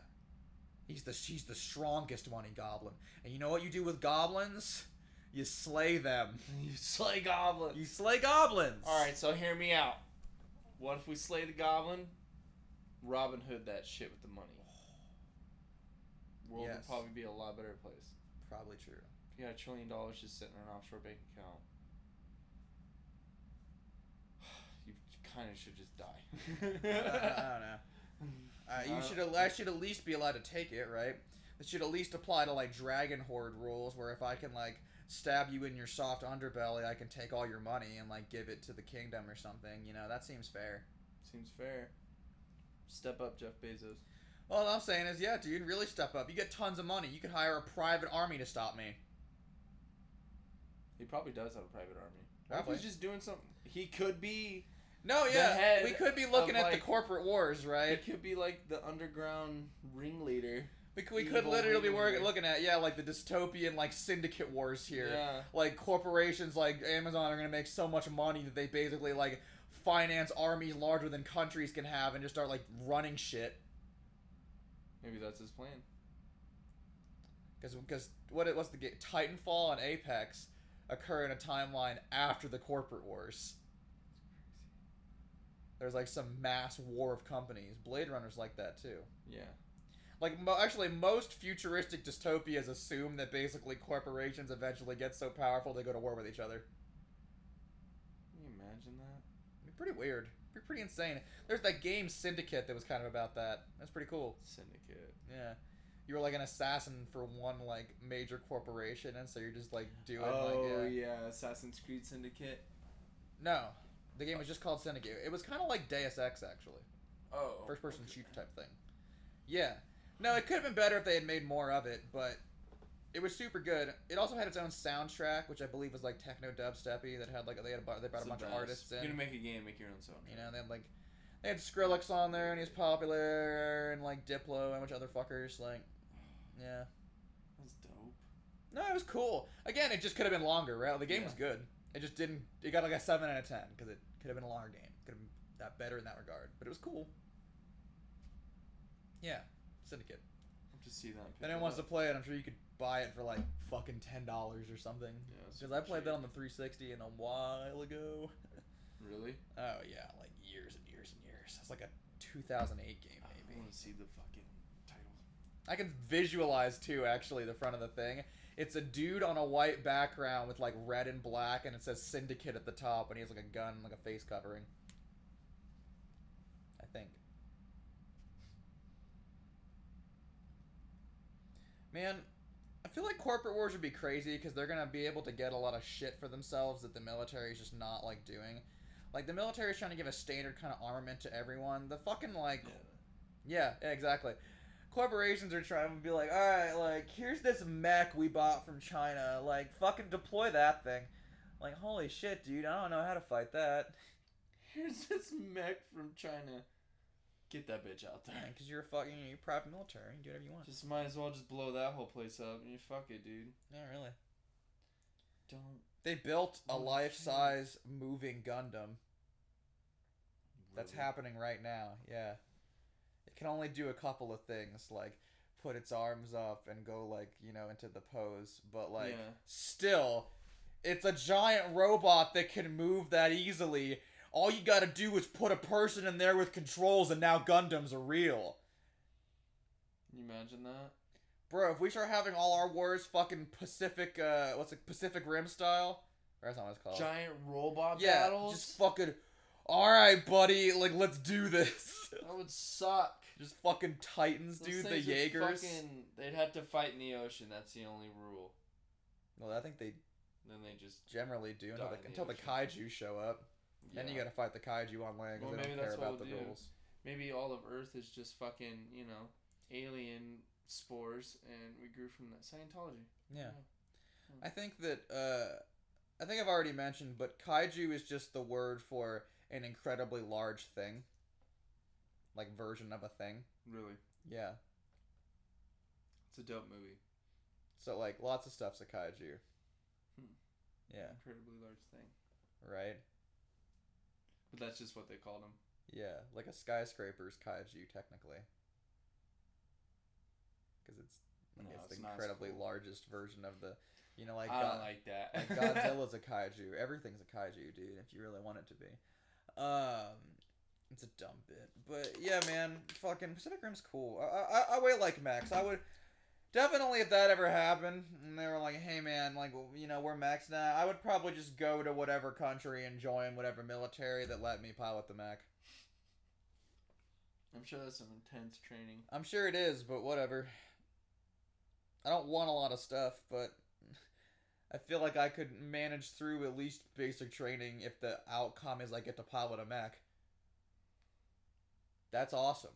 He's the he's the strongest money goblin. And you know what you do with goblins? You slay them.
You slay goblins.
You slay goblins.
All right, so hear me out. What if we slay the goblin? Robin Hood that shit with the money. World
Yes.
would probably be a lot better place.
Probably true.
If you got a trillion dollars just sitting in an offshore bank account, you kind of should just
I, I
die.
don't know. Uh, you should al- I should at least be allowed to take it, right? It should at least apply to like dragon horde rules, where if I can like stab you in your soft underbelly, I can take all your money and like give it to the kingdom or something. You know, that seems fair.
Seems fair. Step up, Jeff Bezos.
All I'm saying is, yeah, dude, really step up. You get tons of money. You could hire a private army to stop me.
He probably does have a private army. What if
Probably.
he's just doing something? He could be.
No,
The
yeah,
head
we could be looking
of,
at the
like-
corporate wars,
He
right?
could be like the underground ringleader.
We, c- we could
evil
literally be work,
leader.
looking at yeah, like the dystopian like syndicate wars here.
Yeah.
like corporations like Amazon are gonna make so much money that they basically like finance armies larger than countries can have and just start like running shit.
Maybe that's his plan.
Because because what it- what's the game? Titanfall and Apex occur in a timeline after the corporate wars. There's like some mass war of companies. Blade Runner's like that too.
Yeah.
Like mo- actually, most futuristic dystopias assume that basically corporations eventually get so powerful they go to war with each other.
Can you imagine that?
Be pretty weird. Be pretty insane. There's that game Syndicate that was kind of about that. That's pretty cool.
Syndicate.
Yeah. You were like an assassin for one like major corporation, and so you're just like doing
oh
like yeah.
yeah. Assassin's Creed Syndicate.
No, the game was just called Syndicate. It was kind of like Deus Ex actually,
Oh.
first person
okay.
shooter type thing. Yeah. No, it could have been better if they had made more of it, but it was super good. It also had its own soundtrack, which I believe was like techno dubsteppy that had like they had a, bu- they brought
It's
a
the
bunch of
best.
artists in.
You're gonna make a game, make your own soundtrack.
You know, they had like they had Skrillex on there and he was popular and like Diplo and a bunch of other fuckers, like yeah.
That's dope.
No, it was cool. Again, it just could have been longer, right? The game
Yeah.
was good. It just didn't it got like a seven out of ten because it could have been a longer game. Could have been that better in that regard. But it was cool. Yeah. Syndicate.
I'll have to see that. and
If
pick it
anyone wants to
up.
play it, I'm sure you could buy it for like fucking ten dollars or something.
Yeah, it's
Because I played
cheap.
that on the 360 and a while ago.
Really?
Oh yeah, like years and years and years. It's like a 2008 game,
I
maybe.
want to see the fucking title.
I can visualize too, actually, the front of the thing. It's a dude on a white background with like red and black, and it says Syndicate at the top, and he has like a gun, and, like a face covering. I think. Man, I feel like corporate wars would be crazy because they're gonna be able to get a lot of shit for themselves that the military is just not like doing. Like the military is trying to give a standard kind of armament to everyone. The fucking like yeah, yeah, exactly. Corporations are trying to be like, all right, like here's this mech we bought from China, like fucking deploy that thing. Like holy shit, dude, I don't know how to fight that.
Here's this mech from China. Get that bitch out there.
Because you're a fucking you're a private military, you can do whatever you want.
Just might as well just blow that whole place up. And you fuck it, dude.
Not really.
Don't
They built a
Okay.
life-size moving Gundam that's
really.
happening right now. Yeah, it can only do a couple of things, like put its arms up and go like you know into the pose, but like.
yeah.
Still, it's a giant robot that can move that easily. All you gotta do is put a person in there with controls, and now Gundams are real.
Can you imagine that?
Bro, if we start having all our wars fucking Pacific, uh, what's it, Pacific Rim style? Or that's not what it's called.
Giant robot
Oh. yeah,
battles.
just fucking. All right, buddy, like let's do this.
that would suck.
just fucking Titans,
Those
dude. The
things would
Jaegers.
Fucking, they'd have to fight in the ocean. That's the only rule.
Well, I think they
Then they just
generally do until,
Die
the,
in the
until the
ocean.
kaiju show up. And you gotta fight the kaiju on land because
Well,
they
maybe
don't care
that's what
about the
we'll do.
rules.
maybe all of Earth is just fucking you know alien spores, and we grew from that Scientology.
Yeah.
Hmm.
I think that uh, I think I've already mentioned, but kaiju is just the word for an incredibly large thing, like version of a thing.
Really,
Yeah.
it's a dope movie.
So like lots of stuff's a kaiju.
Hmm.
Yeah.
incredibly large thing.
Right.
But that's just what they called them.
Yeah, like a skyscraper's kaiju technically. Because it's like
No,
it's,
it's
the
not as
incredibly
cool.
largest version of the, you know, like, uh,
I
God,
don't like that.
like Godzilla's a kaiju. Everything's a kaiju, dude. If you really want it to be, um, it's a dumb bit, but yeah, man, fucking Pacific Rim's cool. I I, I wait like Max. I would. Definitely, if that ever happened, and they were like, "Hey, man, like, well, you know, we're Max now," I would probably just go to whatever country and join whatever military that let me pilot the Mac.
I'm sure that's some intense training.
I'm sure it is, but whatever. I don't want a lot of stuff, but I feel like I could manage through at least basic training if the outcome is I get to pilot a Mac. That's awesome.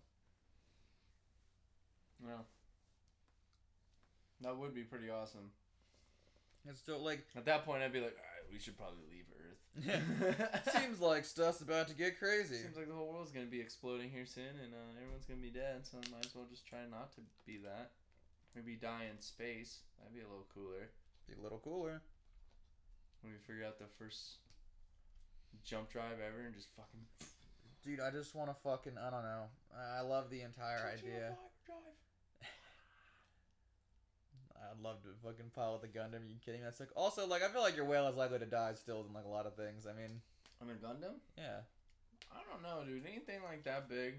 No. That would be pretty awesome.
It's still like
At that point, I'd be like, all right, we should probably leave Earth.
seems like stuff's about to get crazy.
Seems like the whole world's gonna be exploding here soon, and uh, everyone's gonna be dead. So I might as well just try not to be that. Maybe die in space. That'd be a little cooler.
Be a little cooler.
When we figure out the first jump drive ever, and just fucking.
Dude, I just want to fucking I don't know. I I love the entire idea.
Drive.
I'd love to fucking pilot the Gundam. Are you kidding me? That's like also like I feel like your whale is likely to die still than like a lot of things. I mean,
I mean Gundam.
yeah.
I don't know, dude. Anything like that big,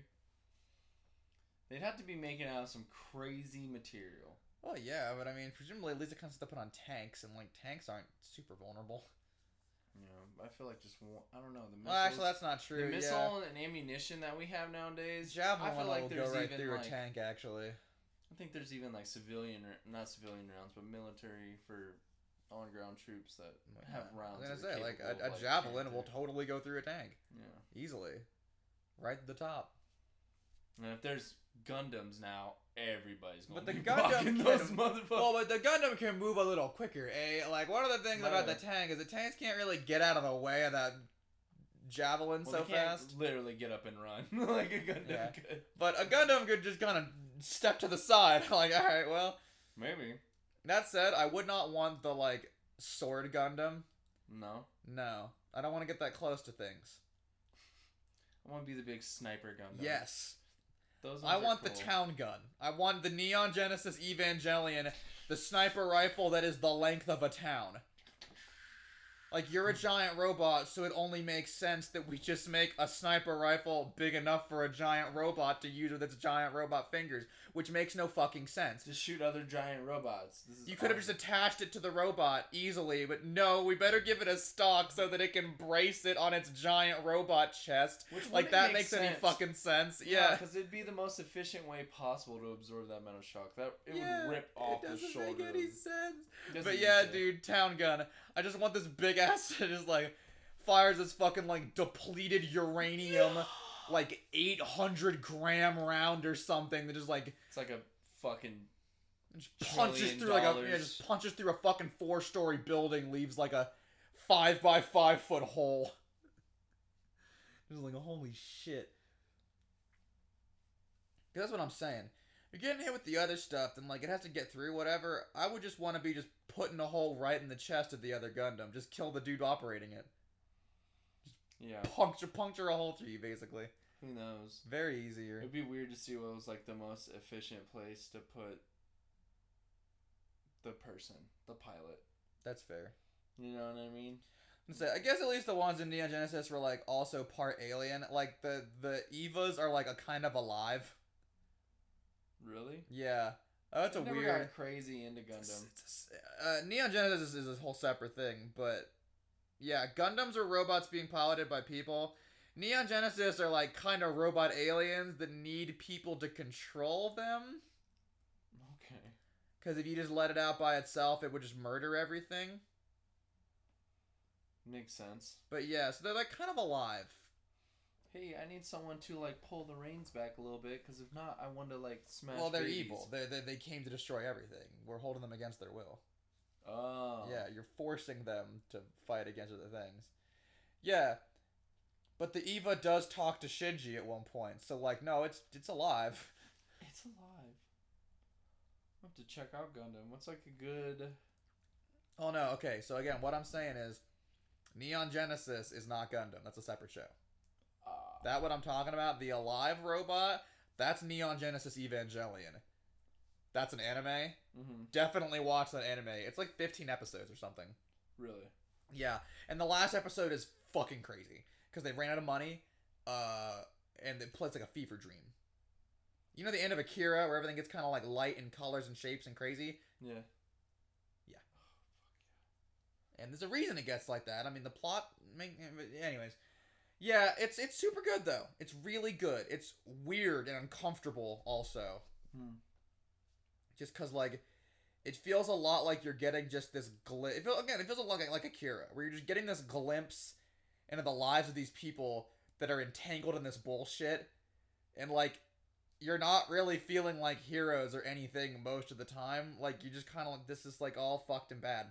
they'd have to be making out of some crazy material.
Well, yeah, but I mean, presumably at least it comes to put on tanks, and like tanks aren't super vulnerable.
You know, I feel like just one, I don't know the missiles,
Well, actually, that's not
the
true. yeah.
missile and ammunition that we have nowadays.
Javelin
I feel like
will go
there's
right
even
through
like
a tank, actually.
I think there's even like civilian ra- not civilian rounds, but military for on ground troops that have rounds.
I was
that are
gonna say, like
capable
a, a
of,
javelin
tearing
will
through-
totally go through a tank
yeah,
easily, right to the top.
and if there's Gundams now, everybody's going.
But
to
the
be
Gundam
rocking
can-
those motherfuckers.
Well, but the Gundam can move a little quicker. Eh? Like one of the things about the
Right.
tank is the tanks can't really get out of the way of that javelin
Well,
so
they can't
fast.
Literally get up and run like a Gundam
Yeah.
could.
But a Gundam could just kind of step to the side. like, all right, well,
Maybe
That said, I would not want the like sword Gundam.
no.
No, I don't want to get that close to things.
I want to be the big sniper Gundam.
Yes,
those.
I
ones are
want the
cool.
town gun. I want the Neon Genesis Evangelion, the sniper rifle that is the length of a town. Like you're a
Hmm.
giant robot, so it only makes sense that we just make a sniper rifle big enough for a giant robot to use with its giant robot fingers, which makes no fucking sense.
to shoot other giant robots. This is
You could have just
awesome.
attached it to the robot easily, but no, we better give it a stock so that it can brace it on its giant robot chest.
Which
Like
wouldn't
that
make
makes any
sense.
fucking sense. Yeah.
because it'd be the most efficient way possible to absorb that amount of shock. That it
Yeah,
would rip off
it
the
doesn't
shoulder.
make any
of-
sense.
doesn't
But
need
yeah,
to.
dude, town gun. I just want this big ass that just like fires this fucking like depleted uranium, like 800 gram round or something that just like
It's like a fucking
just punches
Trillion
through like a
dollars.
yeah, just punches through a fucking four story building, leaves like a five by five foot hole. Just like holy shit. 'Cause That's what I'm saying. You're getting hit with the other stuff, then like it has to get through whatever. I would just want to be just putting a hole right in the chest of the other Gundam. Just kill the dude operating it.
yeah.
Puncture, puncture a hole through you, basically.
Who knows?
Very easier.
It'd be weird to see what was like the most efficient place to put the person, the pilot.
That's fair.
You know what I mean?
So I guess at least the ones in Neon Genesis were like also part alien. Like the the Evas are like a kind of alive.
Really?
Yeah, oh, that's a
I've never
weird.
got crazy into
it's-
Gundam.
it's- uh, Neon Genesis is, is a whole separate thing, but yeah, Gundams are robots being piloted by people. Neon Genesis are like kind of robot aliens that need people to control them.
Okay.
Because if you just let it out by itself, it would just murder everything.
Makes sense.
But yeah, so they're like kind of alive.
Hey, I need someone to like pull the reins back a little bit because if not, I want to like smash.
well, they're
babies.
evil. They they they came to destroy everything. We're holding them against their will.
Oh.
Yeah, you're forcing them to fight against other things. Yeah. But the Eva does talk to Shinji at one point. So like, no, it's it's alive.
It's alive. I have to check out Gundam. What's like a good?
Oh no, okay. So again, what I'm saying is Neon Genesis is not Gundam. That's a separate show.
Uh,
That what I'm talking about, the alive robot, that's Neon Genesis Evangelion. That's an anime.
mm-hmm.
Definitely watch that anime. It's like 15 episodes or something.
Really?
Yeah, and the last episode is fucking crazy because they ran out of money, uh, and it plays like a fever dream. You know the end of Akira where everything gets kind of like light and colors and shapes and crazy,
Yeah.
and there's a reason it gets like that. I mean the plot, ma- anyways. Yeah, it's it's super good though. It's really good. It's weird and uncomfortable also.
Hmm.
Just cause like, it feels a lot like you're getting just this glimpse. It feel, again, it feels a lot like, like Akira, where you're just getting this glimpse into the lives of these people that are entangled in this bullshit, and like, you're not really feeling like heroes or anything most of the time. Like you just kind of like this is like all fucked and bad.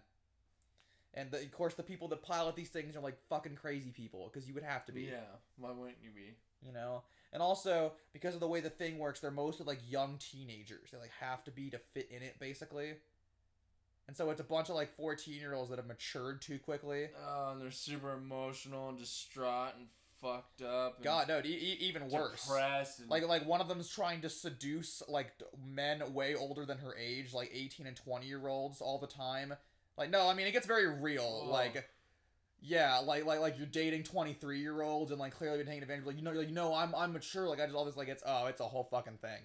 And the, of course, the people that pilot these things are like fucking crazy people because you would have to be
Yeah. Why wouldn't you be?
you know and also because of the way the thing works they're mostly like young teenagers they like have to be to fit in it basically and so it's a bunch of like 14 year olds that have matured too quickly
Oh, and they're super emotional and distraught and fucked up. And
god no e- e- even worse
Depressed. And,
like like one of them's trying to seduce like d- men way older than her age like 18 and 20 year olds all the time like no i mean it gets very real
Oh.
like yeah like like like you're dating 23 year olds and like clearly been taking advantage of like you know like no i'm i'm mature like i just all this like it's oh it's a whole fucking thing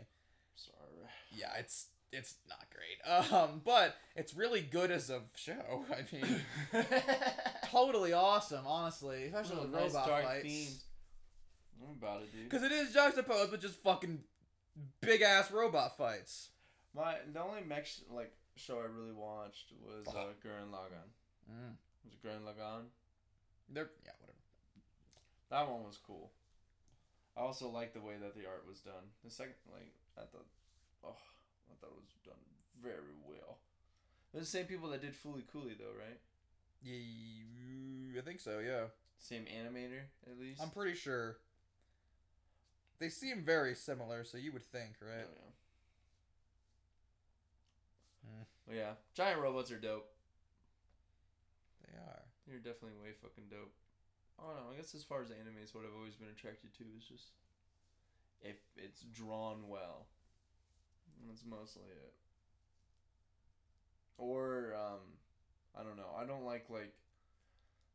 sorry.
yeah, it's it's not great. Um, but it's really good as a show. I mean, totally awesome, honestly, especially
Ooh,
with
nice
robot
dark
fights.
themes. I'm about it, dude.
Because it is juxtaposed with just fucking big ass robot fights.
My the only mech sh- like show I really watched was uh, Gurren Lagann.
Mm.
Was it Gurren Lagann?
They're yeah, whatever.
That one was cool. I also liked the way that the art was done. The second, like, I thought, oh, I thought it was done very well. They're the same people that did Fooly Cooly, though, right?
Yeah, I think so. Yeah,
Same animator, at least.
I'm pretty sure. They seem very similar, so you would think,
Oh,
right?
yeah.
Mm.
Well, yeah, giant robots are dope.
They are.
They're definitely way fucking dope. I don't know. I guess as far as anime is what I've always been attracted to is just if it's drawn well. That's mostly it. Or um, I don't know. I don't like like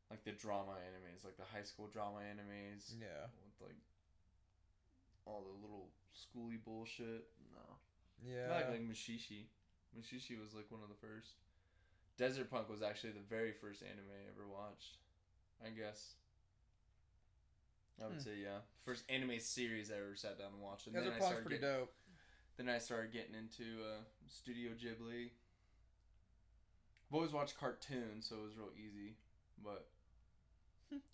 like the drama animes, like the high school drama animes
Yeah,
with like all the little schooly bullshit. No,
yeah.
I like like Mushishi. Mushishi was like one of the first. Desert Punk was actually the very first anime I ever watched. I guess. I would
Hmm.
say yeah, first anime series I ever sat down and watched, and
Desert
then I
Punk's
started
pretty
get-
dope.
then I started getting into uh, Studio Ghibli. I've always watched cartoons, so it was real easy. But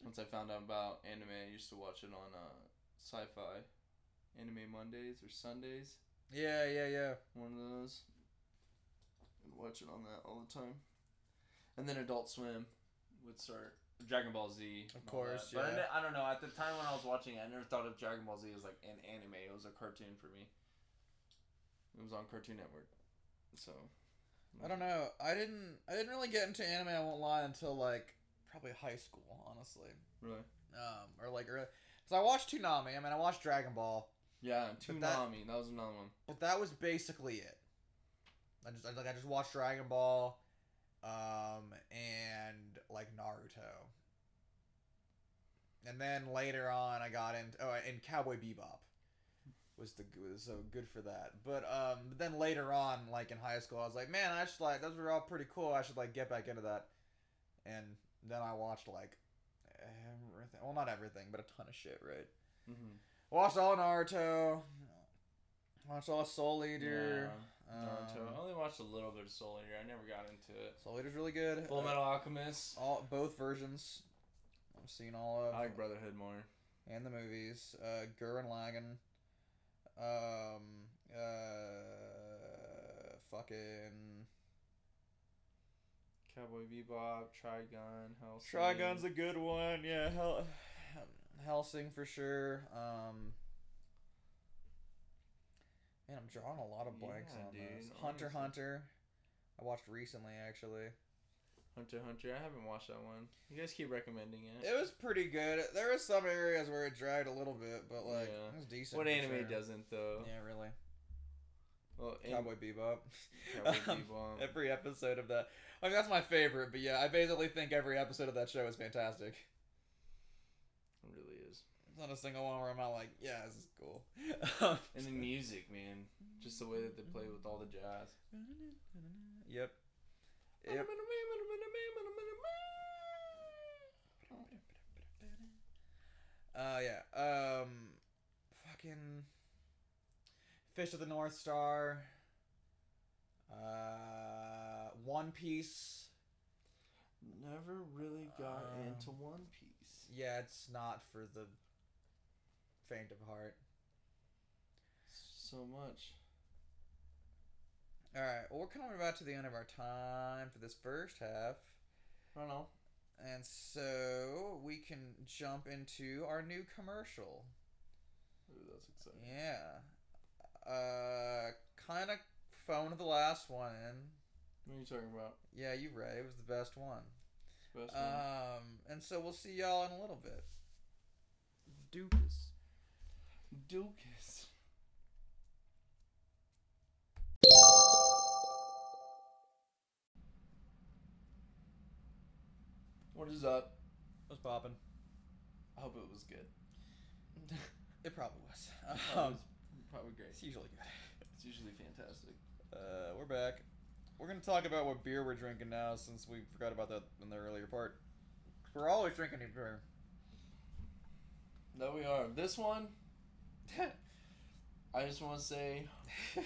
once I found out about anime, I used to watch it on uh, Sci-Fi, Anime Mondays or Sundays
Yeah, yeah, yeah.
one of those and watch it on that all the time. And then Adult Swim would start Dragon Ball Z,
Of
and all
course,
that. But I
yeah.
ne- I, don't know. At the time when I was watching, it, I never thought of Dragon Ball Z as like an anime. It was a cartoon for me. It was on Cartoon Network, so
I don't know. I didn't. I didn't really get into anime. I won't lie until like probably high school, honestly,
really.
um, or like early. Because I watched Toonami. I mean, I watched Dragon Ball,
Yeah,
But
Toonami.
that-
That, was another one.
but that was basically it. I just I, like I just watched Dragon Ball, um, and like Naruto. And then later on, I got into oh, and Cowboy Bebop was the was so good for that. But um, then later on, like in high school, I was like, man, I should like those were all pretty cool. I should like get back into that. And then I watched like everything. Well, not everything, but a ton of shit, right?
Mm-hmm.
Watched all Naruto. Watched all Soul Eater.
Naruto.
Um,
I only watched a little bit of Soul Eater. I never got into it.
uh, Soul Eater's really good.
Full Metal Alchemist.
All both versions. I've seen all of
I like Brotherhood more.
and the movies. Uh, Gurren Lagann. Um, uh, fucking
Cowboy Bebop, Trigun, Hellsing.
Trigun's a good one. Yeah, Hel- Helsing for sure. Um, man, I'm drawing a lot of blanks
Yeah,
on
dude,
this. Hunter
honestly.
Hunter. I watched recently actually.
Hunter x Hunter. I haven't watched that one. You guys keep recommending it.
It was pretty good. There was some areas where it dragged a little bit, but like
Yeah.
it was decent.
what
for
anime
sure.
doesn't though?
Yeah, really.
Well, an-
Cowboy Bebop.
Cowboy
Um,
Bebop.
Every episode of that. I mean, that's my favorite, but yeah, I basically think every episode of that show is fantastic.
It really is.
There's not a single one where I'm not like, yeah, this is cool.
And the music, man, just the way that they play with all the jazz.
Yep. Yep. Uh, yeah. Um, fucking Fish of the North Star. Uh, One Piece.
Never really got
Uh,
into One Piece.
Yeah, it's not for the faint of heart.
So much.
All right. Well, we're coming about to the end of our time for this first half,
I don't know.
and so we can jump into our new commercial.
Ooh, that's exciting.
Yeah. Uh, kind of phoned the last one in.
What are you talking about?
Yeah, you right. It was the best one.
Best one?
Um, and so we'll see y'all in a little bit. Dupas.
Dukas. What is up?
Was popping.
I hope it was good.
It probably was.
That
Um,
was probably great.
it's usually good.
It's usually fantastic.
Uh, we're back. We're gonna talk about what beer we're drinking now, since we forgot about that in the earlier part. We're always drinking new beer.
No, we are. This one, I just want to say
it's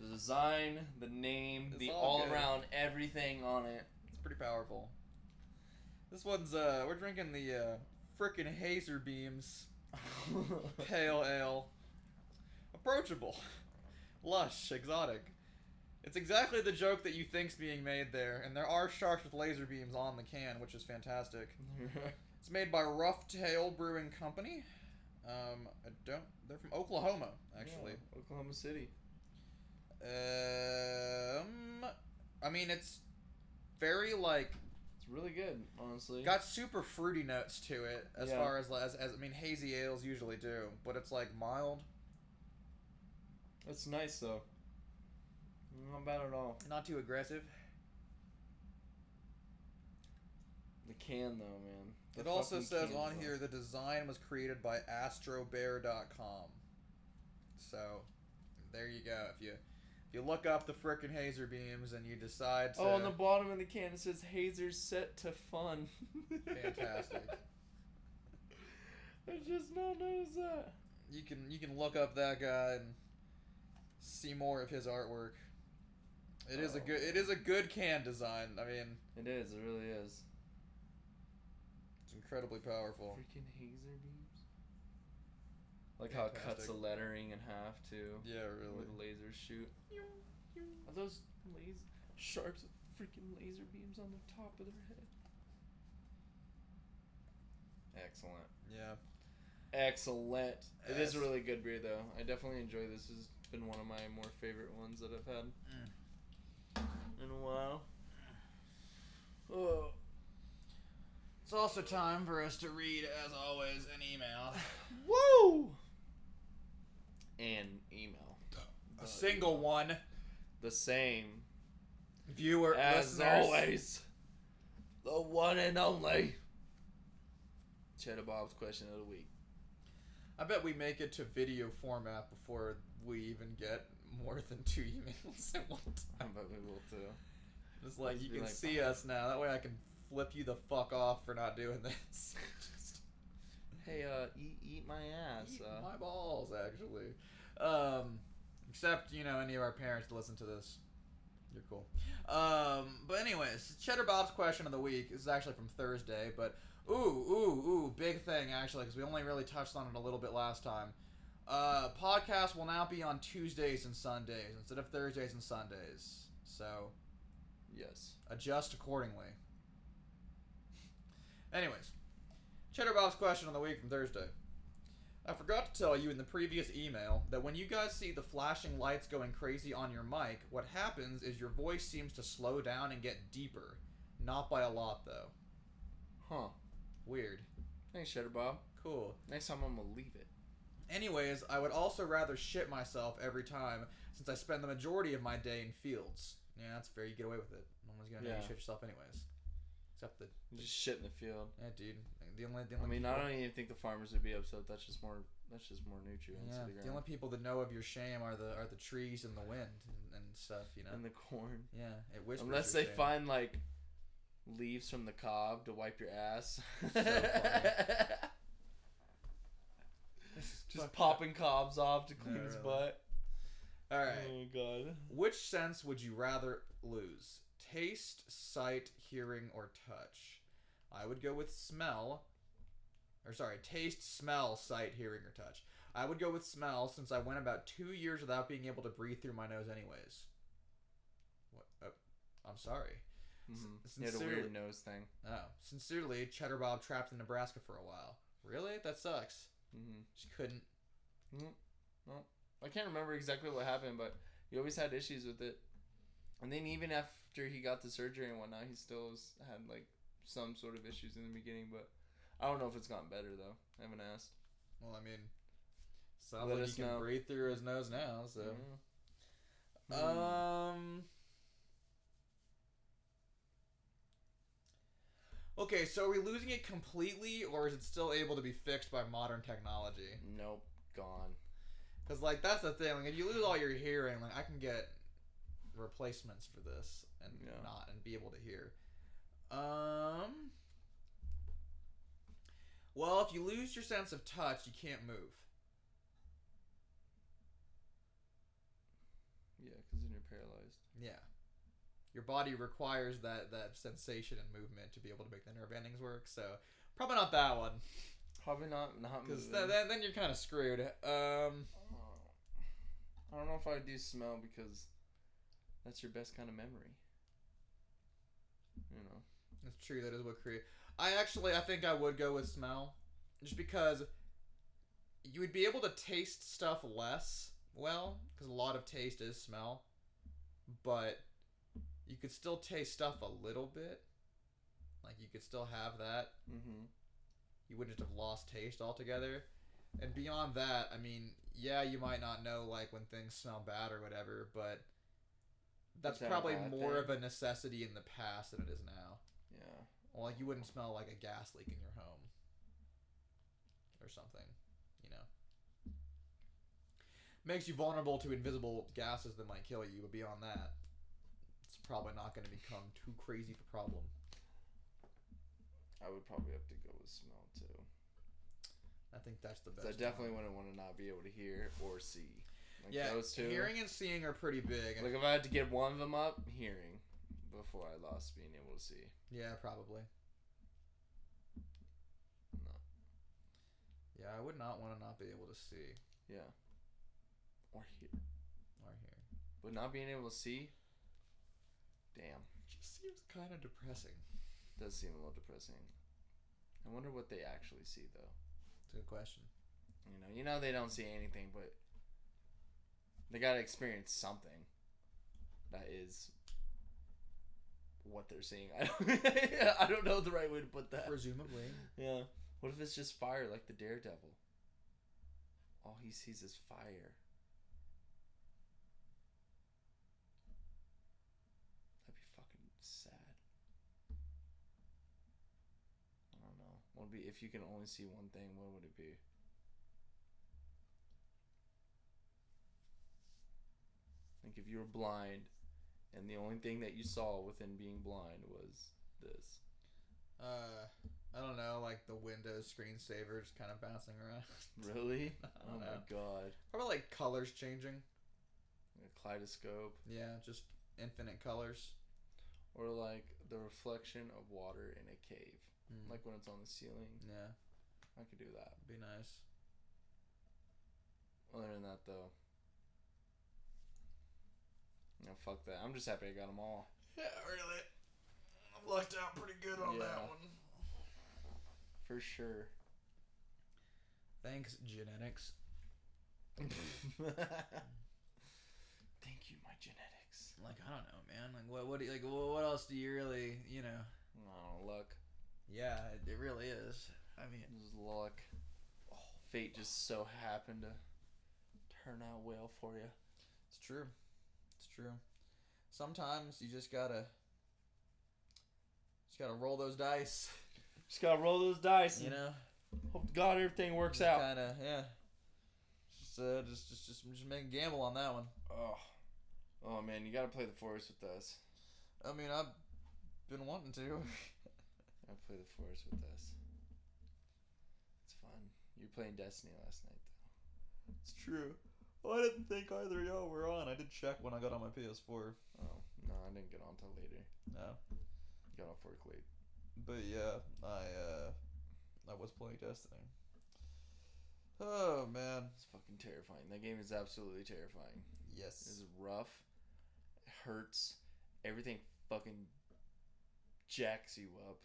the design, the name,
It's
the
all
all,
good.
around everything on it.
pretty powerful. This one's uh, we're drinking the uh, frickin' Hazer Beams Pale Ale. Approachable, lush, exotic. It's exactly the joke that you think's being made there, and there are sharks with laser beams on the can, which is fantastic. It's made by Rough Tail Brewing Company. Um, I don't. They're from Oklahoma, actually.
Yeah, Oklahoma City.
Um, I mean, it's very like
It's really good, honestly.
got super fruity notes to it as
Yeah.
far as, as as I mean, hazy ales usually do, but it's like mild,
It's nice though. Not bad at all.
not too aggressive.
The can though, man. The
it also
fucking
says
can,
on
though.
here the design was created by astrobear.com. So, there you go. If you if you look up the frickin' hazer beams and you decide to
Oh, on the bottom of the can it says "Hazers set to fun."
Fantastic.
I just not noticed that.
you can you can look up that guy and see more of his artwork. It is a
Oh.
good it is a good can design. I mean,
It is. It really is.
it's incredibly powerful.
Freaking hazer beams. Like how it cuts the
Fantastic.
lettering in half too.
Yeah, really.
With lasers shoot. Are those laser sharks with freaking laser beams on the top of their head? Excellent.
Yeah.
Excellent. It is
Yes.
a really good beer though. I definitely enjoy this. It's been one of my more favorite ones that I've had in a while. Mm. Oh.
It's also time for us to read as always an email.
Woo! And email. Uh,
A single one.
The same.
Viewer
As
listeners.
always, the one and only Cheddar Bob's question of the week.
I bet we make it to video format before we even get more than two emails at one
I
time.
bet we will too.
It's like
Just
you
be
can
like-
see us now. That way I can flip you the fuck off for not doing this. Just
Hey, uh, eat, eat my ass.
eat
uh,
my balls, actually. Um, except you know any of our parents listen to this. You're cool. Um, but anyways, Cheddar Bob's question of the week this is actually from Thursday, but Ooh, ooh, ooh, big thing actually, because we only really touched on it a little bit last time. Uh, podcast will now be on Tuesdays and Sundays instead of Thursdays and Sundays. So
Yes.
adjust accordingly. Anyways, Cheddar Bob's question of the week from Thursday. I forgot to tell you in the previous email that when you guys see the flashing lights going crazy on your mic, what happens is your voice seems to slow down and get deeper. Not by a lot, though.
Huh.
Weird.
Thanks, Cheddar Bob.
Cool.
Next time I'm gonna leave it.
Anyways, I would also rather shit myself every time since I spend the majority of my day in fields. Yeah, that's fair. You get away with it. No one's gonna know you
Yeah.
shit yourself anyways. Except the
Just shit in the field.
yeah, dude. The only the
I
only
mean,
people,
I don't even think the farmers would be upset. That's just more. That's just more nutrients
yeah,
to the
the
ground.
only people that know of your shame are the are the trees and the wind and, and stuff. You know.
And the corn.
yeah, it whispers.
Unless
your
they
shame.
find like leaves from the cob to wipe your ass.
funny.
just popping cobs off to clean
No,
his
really.
butt.
All right.
Oh god.
Which sense would you rather lose? Taste, sight, hearing, or touch? I would go with smell. Or sorry, taste, smell, sight, hearing, or touch. I would go with smell since I went about two years without being able to breathe through my nose, anyways. What? Oh, I'm sorry.
Mhm.
S-
He had a
sincerely-
weird nose thing.
Oh, sincerely, Cheddar Bob trapped in Nebraska for a while. Really? That sucks.
hmm
She couldn't.
I can't remember exactly what happened, but he always had issues with it. And then even after he got the surgery and whatnot, he still was, had like some sort of issues in the beginning. But I don't know if it's gotten better though. I haven't asked.
Well, I mean, sounds
Let
like
us
he can
know.
breathe through his nose now, so.
Yeah.
Um. Okay, so are we losing it completely, or is it still able to be fixed by modern technology?
nope, gone.
Because like that's the thing. Like if you lose all your hearing, like I can get replacements for this and
Yeah.
not and be able to hear. Um. Well, if you lose your sense of touch, you can't move.
Yeah, because then you're paralyzed.
Yeah. Your body requires that that sensation and movement to be able to make the nerve endings work. So probably not that one,
Probably not. Not
because
moving. Oh.
then then you're kind of screwed. Um,
I don't know if I would do smell because that's your best kind of memory. You know.
that's true. That is what create. I actually I think I would go with smell, just because you would be able to taste stuff less well, because a lot of taste is smell, but you could still taste stuff a little bit. Like you could still have that.
Mm-hmm.
you wouldn't just have lost taste altogether. And beyond that, I mean, yeah, you might not know like when things smell bad or whatever, but that's
Is that a
probably
bad
more
thing?
of a necessity in the past than it is now.
Yeah.
Well, like you wouldn't smell like a gas leak in your home or something, you know. Makes you vulnerable to invisible gases that might kill you, but beyond that, it's probably not going to become too crazy of a problem.
I would probably have to go with smell too.
I think that's the
'Cause I
best.
definitely
time.
wouldn't want to not be able to hear or see. Like
yeah,
those two.
hearing and seeing are pretty big. and
Like if I had to get one of them up, hearing before I lost being able to see.
Yeah, probably.
No.
Yeah, I would not want to not be able to see
Yeah. Or hear.
or hear.
But not being able to see. Damn.
Just seems kind of depressing.
Does seem a little depressing. I wonder what they actually see though.
It's a good question.
You know, you know they don't see anything, but they gotta experience something that is what they're seeing. I don't, I don't know the right way to put that.
Presumably.
Yeah. What if it's just fire like the daredevil? All he sees is fire. That'd be fucking sad. I don't know. What would be if you can only see one thing, what would it be? Like if you were blind and the only thing that you saw within being blind was this.
Uh, I don't know, like the Windows screensaver just kind of bouncing around.
Really?
I
Oh
don't
my
know.
god.
Probably like colors changing.
a kaleidoscope
Yeah, just infinite colors.
or like the reflection of water in a cave
Mm.
like when it's on the ceiling.
yeah,
I could do that.
be nice.
Other than that, though, no, fuck that. I'm just happy I got them all.
Yeah, really. I'm lucked out pretty good
on that
one.
For sure.
Thanks, genetics.
Thank you, my genetics.
Like I don't know, man. Like what? What? Do you, like wh- what else do you really? You know.
Oh, luck.
Yeah, it, it really is. I mean,
It was luck. Oh, Fate just so happened to turn out well for you.
it's true. It's true. Sometimes you just gotta, just gotta roll those dice.
Just gotta roll those dice.
You
and
know.
Hope to God everything works
just
out.
Kind of. Yeah. Just, uh, just, just, just, just make a gamble on that one.
Oh. Oh man, you gotta play the forest with us.
I mean, I've been wanting to.
I play the forest with us. It's fun. You were playing Destiny last night
It's true. I didn't think either of y'all were on. I did check when I got on my PS4.
though. Oh, no, I didn't get on till later.
No.
Got off work late.
But yeah, I uh I was playing Destiny. Oh man.
It's fucking terrifying. That game is absolutely terrifying. It's
Yes.
rough. It hurts. Everything fucking jacks you up.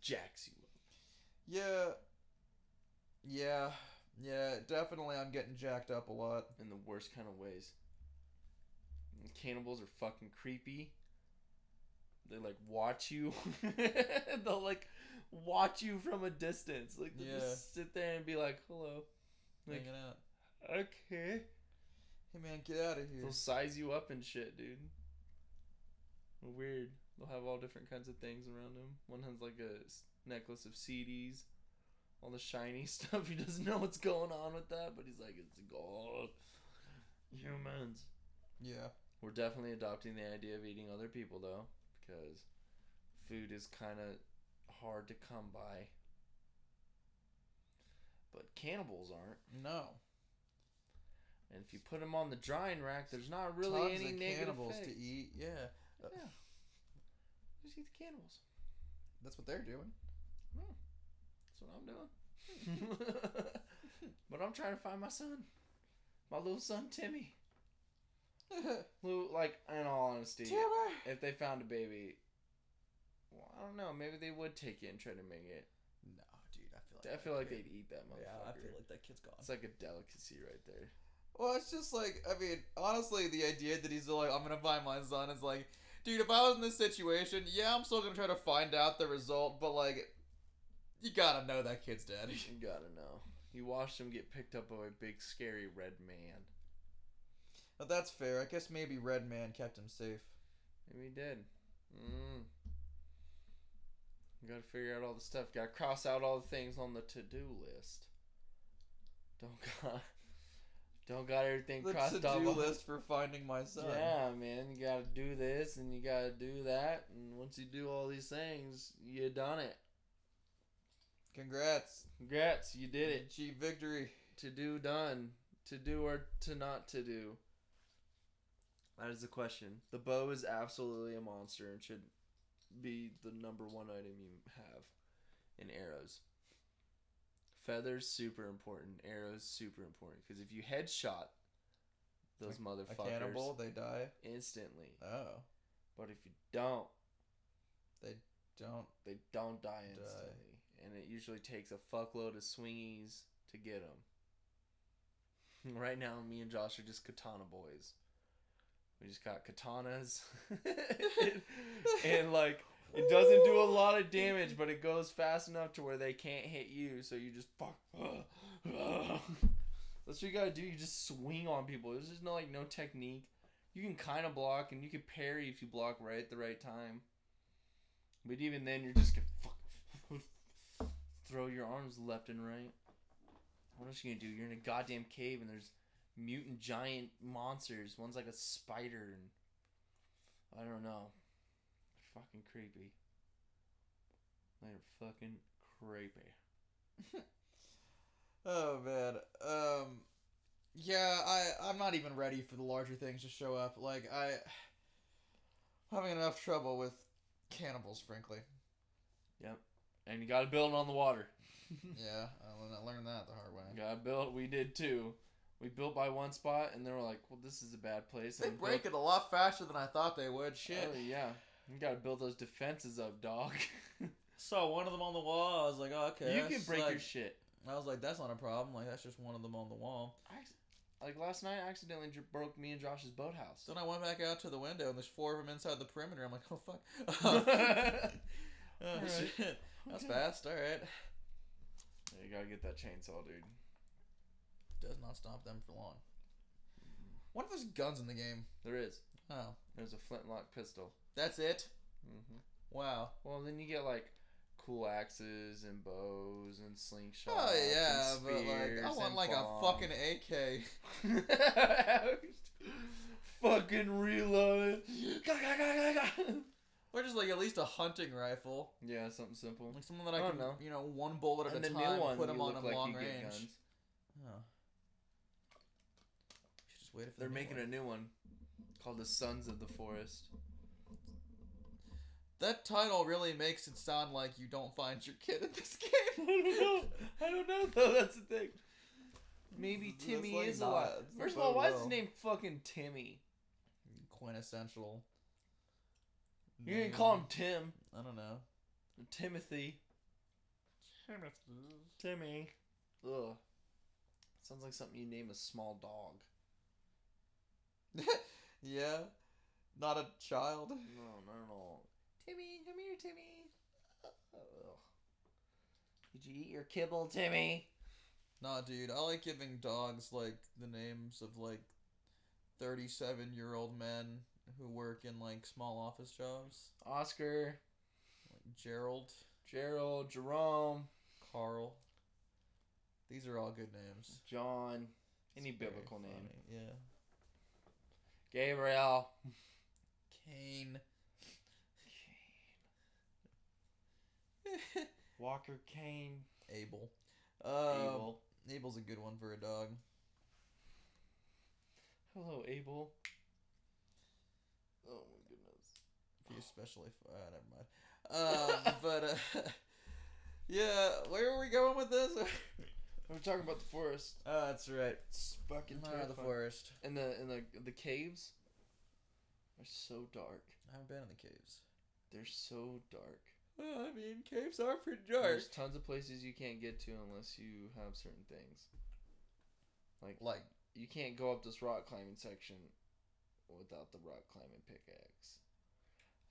Jacks you up.
Yeah. Yeah. Yeah, definitely I'm getting jacked up a lot.
In the worst kind of ways. And cannibals are fucking creepy. They like watch you. They'll like watch you from a distance. Like they'll
Yeah.
just sit there and be like, hello. Like,
Hanging out.
okay.
Hey man, get out of here.
They'll size you up and shit, dude. Weird. They'll have all different kinds of things around them. One has like a s- necklace of CDs, all the shiny stuff. He doesn't know what's going on with that, but he's like, it's gold. Humans.
Yeah.
We're definitely adopting the idea of eating other people though, because food is kind of hard to come by. But cannibals aren't.
No.
And if you put them on the drying rack, there's not really
Tons
any
of
negative
cannibals
effects.
to eat. Yeah.
Yeah. Just eat the cannibals.
That's what they're doing.
That's what I'm doing. but I'm trying to find my son. My little son Timmy. Who like in all honesty
Timber.
if they found a baby well, I don't know, maybe they would take it and try to make it.
No, dude, I feel like
I
that
feel like
kid-
they'd eat that motherfucker.
Yeah, I feel like that kid's gone.
it's like a delicacy right there.
Well, it's just like I mean, honestly, the idea that he's like, I'm gonna find my son is like, dude, if I was in this situation, yeah, I'm still gonna try to find out the result, but like, you gotta know that kid's dead.
You gotta know. You watched him get picked up by a big scary red man.
But that's fair. I guess maybe Red Man kept him safe.
Maybe he did. Mm. You gotta figure out all the stuff. Gotta cross out all the things on the to do list. Don't got don't got everything
The
crossed off.
to-do
on-
list for finding my son.
Yeah, man, you gotta do this and you gotta do that, and once you do all these things, you done it.
Congrats.
Congrats, you did it.
G victory.
To do done. To do or to not to do. That is the question. The bow is absolutely a monster and should be the number one item you have in arrows. Feathers super important. Arrows super important because if you headshot those
A
motherfuckers
cannibal, they die.
instantly,
Oh,
but if you don't,
don't.
they don't die
Die.
instantly, and it usually takes a fuckload of swingies to get them. Right now, me and Josh are just katana boys. We just got katanas, and like it doesn't do a lot of damage, but it goes fast enough to where they can't hit you. So you just fuck. That's what you gotta do. You just swing on people. There's just no like no technique. You can kind of block, and you can parry if you block right at the right time. But even then, you're just gonna fuck, throw your arms left and right. What else you gonna do? You're in a goddamn cave, and there's mutant giant monsters. One's like a spider, and I don't know. They're fucking creepy. They're fucking creepy.
Oh man. Um yeah, I I'm not even ready for the larger things to show up. Like I I'm having enough trouble with cannibals, frankly.
and you got to build on the water.
yeah, I learned, I learned that the hard way.
got to build. We did too. We built by one spot, and then we're like, "Well, this is a bad place."
They
and we
break
built-
it a lot faster than I thought they would. Shit.
Oh, yeah, you got to build those defenses up, dog.
Saw one of them on the wall. I was like, oh, okay.
you
that's
can break
like,
your shit.
I was like, that's not a problem. Like that's just one of them on the wall.
I- like last night, I accidentally j- broke me and Josh's boathouse.
So then I went back out to the window, and there's four of them inside the perimeter. I'm like, oh fuck.
yeah,
Oh,
Alright.
shit. That's fast. All right.
you gotta get that chainsaw, dude.
Does not stop them for long. What if there's guns in the game?
There is.
Oh,
There's a flintlock pistol.
that's it.
Mm-hmm.
Wow.
Well, then you get like cool axes and bows and slingshots.
Oh yeah,
and
but like I
spears
want
and
like
bombs.
a fucking AK.
fucking reload.
Or just like at least a hunting rifle,
yeah, something simple.
like something that I,
I don't
can,
know.
you know, one bullet at
and
a
the
time,
new one,
put them
you
on
look
at
like
long
you get
range.
guns.
Oh. Should just wait for
They're making
it.
a new one called the Sons of the Forest.
That title really makes it sound like you don't find your kid in this game.
I don't know though. That's the thing. Maybe
That's
Timmy
like
is
not-
alive.
that's
First of
so
all, why is his
low.
name fucking Timmy?
Quintessential.
You can call him Tim,
I don't know.
Timothy. Timmy. Ugh. Sounds like something you name a small dog.
yeah. Not a child.
No, not at all. Timmy, come here, Timmy. Ugh. Did you eat your kibble, Timmy?
Nah, dude. I like giving dogs like the names of like thirty-seven-year-old men who work in like small office jobs,
Oscar,
like Gerald,
Gerald, Jerome,
Carl. These are all good names.
John. Any
It's very
biblical name.
funny, Yeah.
Gabriel.
Cain.
Walker Kane.
Abel. Um,
Abel.
Abel's a good one for a dog.
Hello, Abel. Oh my goodness.
If you especially, f- uh, never mind. Um, but uh, yeah, where are we going with this?
We're talking about the forest.
oh, that's right.
It's fucking
Ah, the forest.
And the and the the caves are so dark.
I haven't been in the caves.
They're so dark.
Well, I mean, caves are pretty
There's tons of places you can't get to unless you have certain things.
Like,
You can't go up this rock climbing section without the rock climbing pickaxe.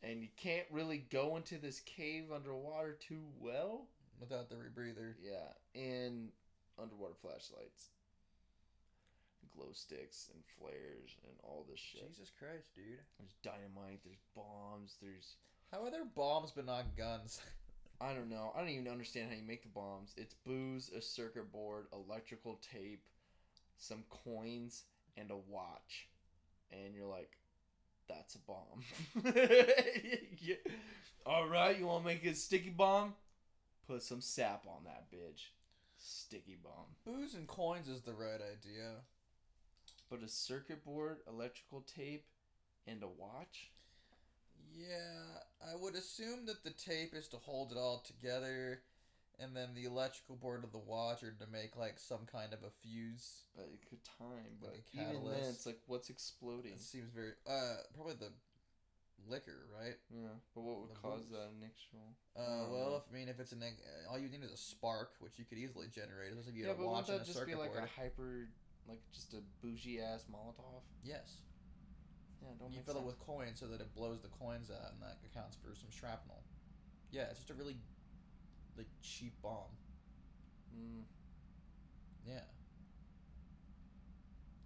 And you can't really go into this cave underwater too well.
without the rebreather.
Yeah, and underwater flashlights, glow sticks, and flares, and all this shit.
Jesus Christ, dude.
There's dynamite. There's bombs. There's
How are there bombs but not guns?
I don't know. I don't even understand how you make the bombs. It's booze, a circuit board, electrical tape, some coins, and a watch. And you're like, that's a bomb. Yeah. All right, you want to make a sticky bomb? Put some sap on that bitch. Sticky bomb.
Booze and coins is the right idea.
But a circuit board, electrical tape, and a watch?
Yeah, I would assume that the tape is to hold it all together, and then the electrical board of the watch are to make like some kind of a fuse.
But it could time. But
Like a
even then,
catalyst.
it's like, what's exploding?
It seems very uh probably the liquor, right?
Yeah, but what would
The
cause
booze.
that initial?
Uh,
don't know.
well, if, I mean, if it's an uh, all you need is a spark, which you could easily generate, especially if you
Yeah,
had a
but
watch
wouldn't
and a
that just
circuit
be like
board.
a hyper, like just a bougie ass Molotov?
Yes,
Yeah, it don't
you
make
fill
sense.
it with coins so that it blows the coins out, and that accounts for some shrapnel. Yeah, it's just a really like cheap bomb.
Mm,
Yeah,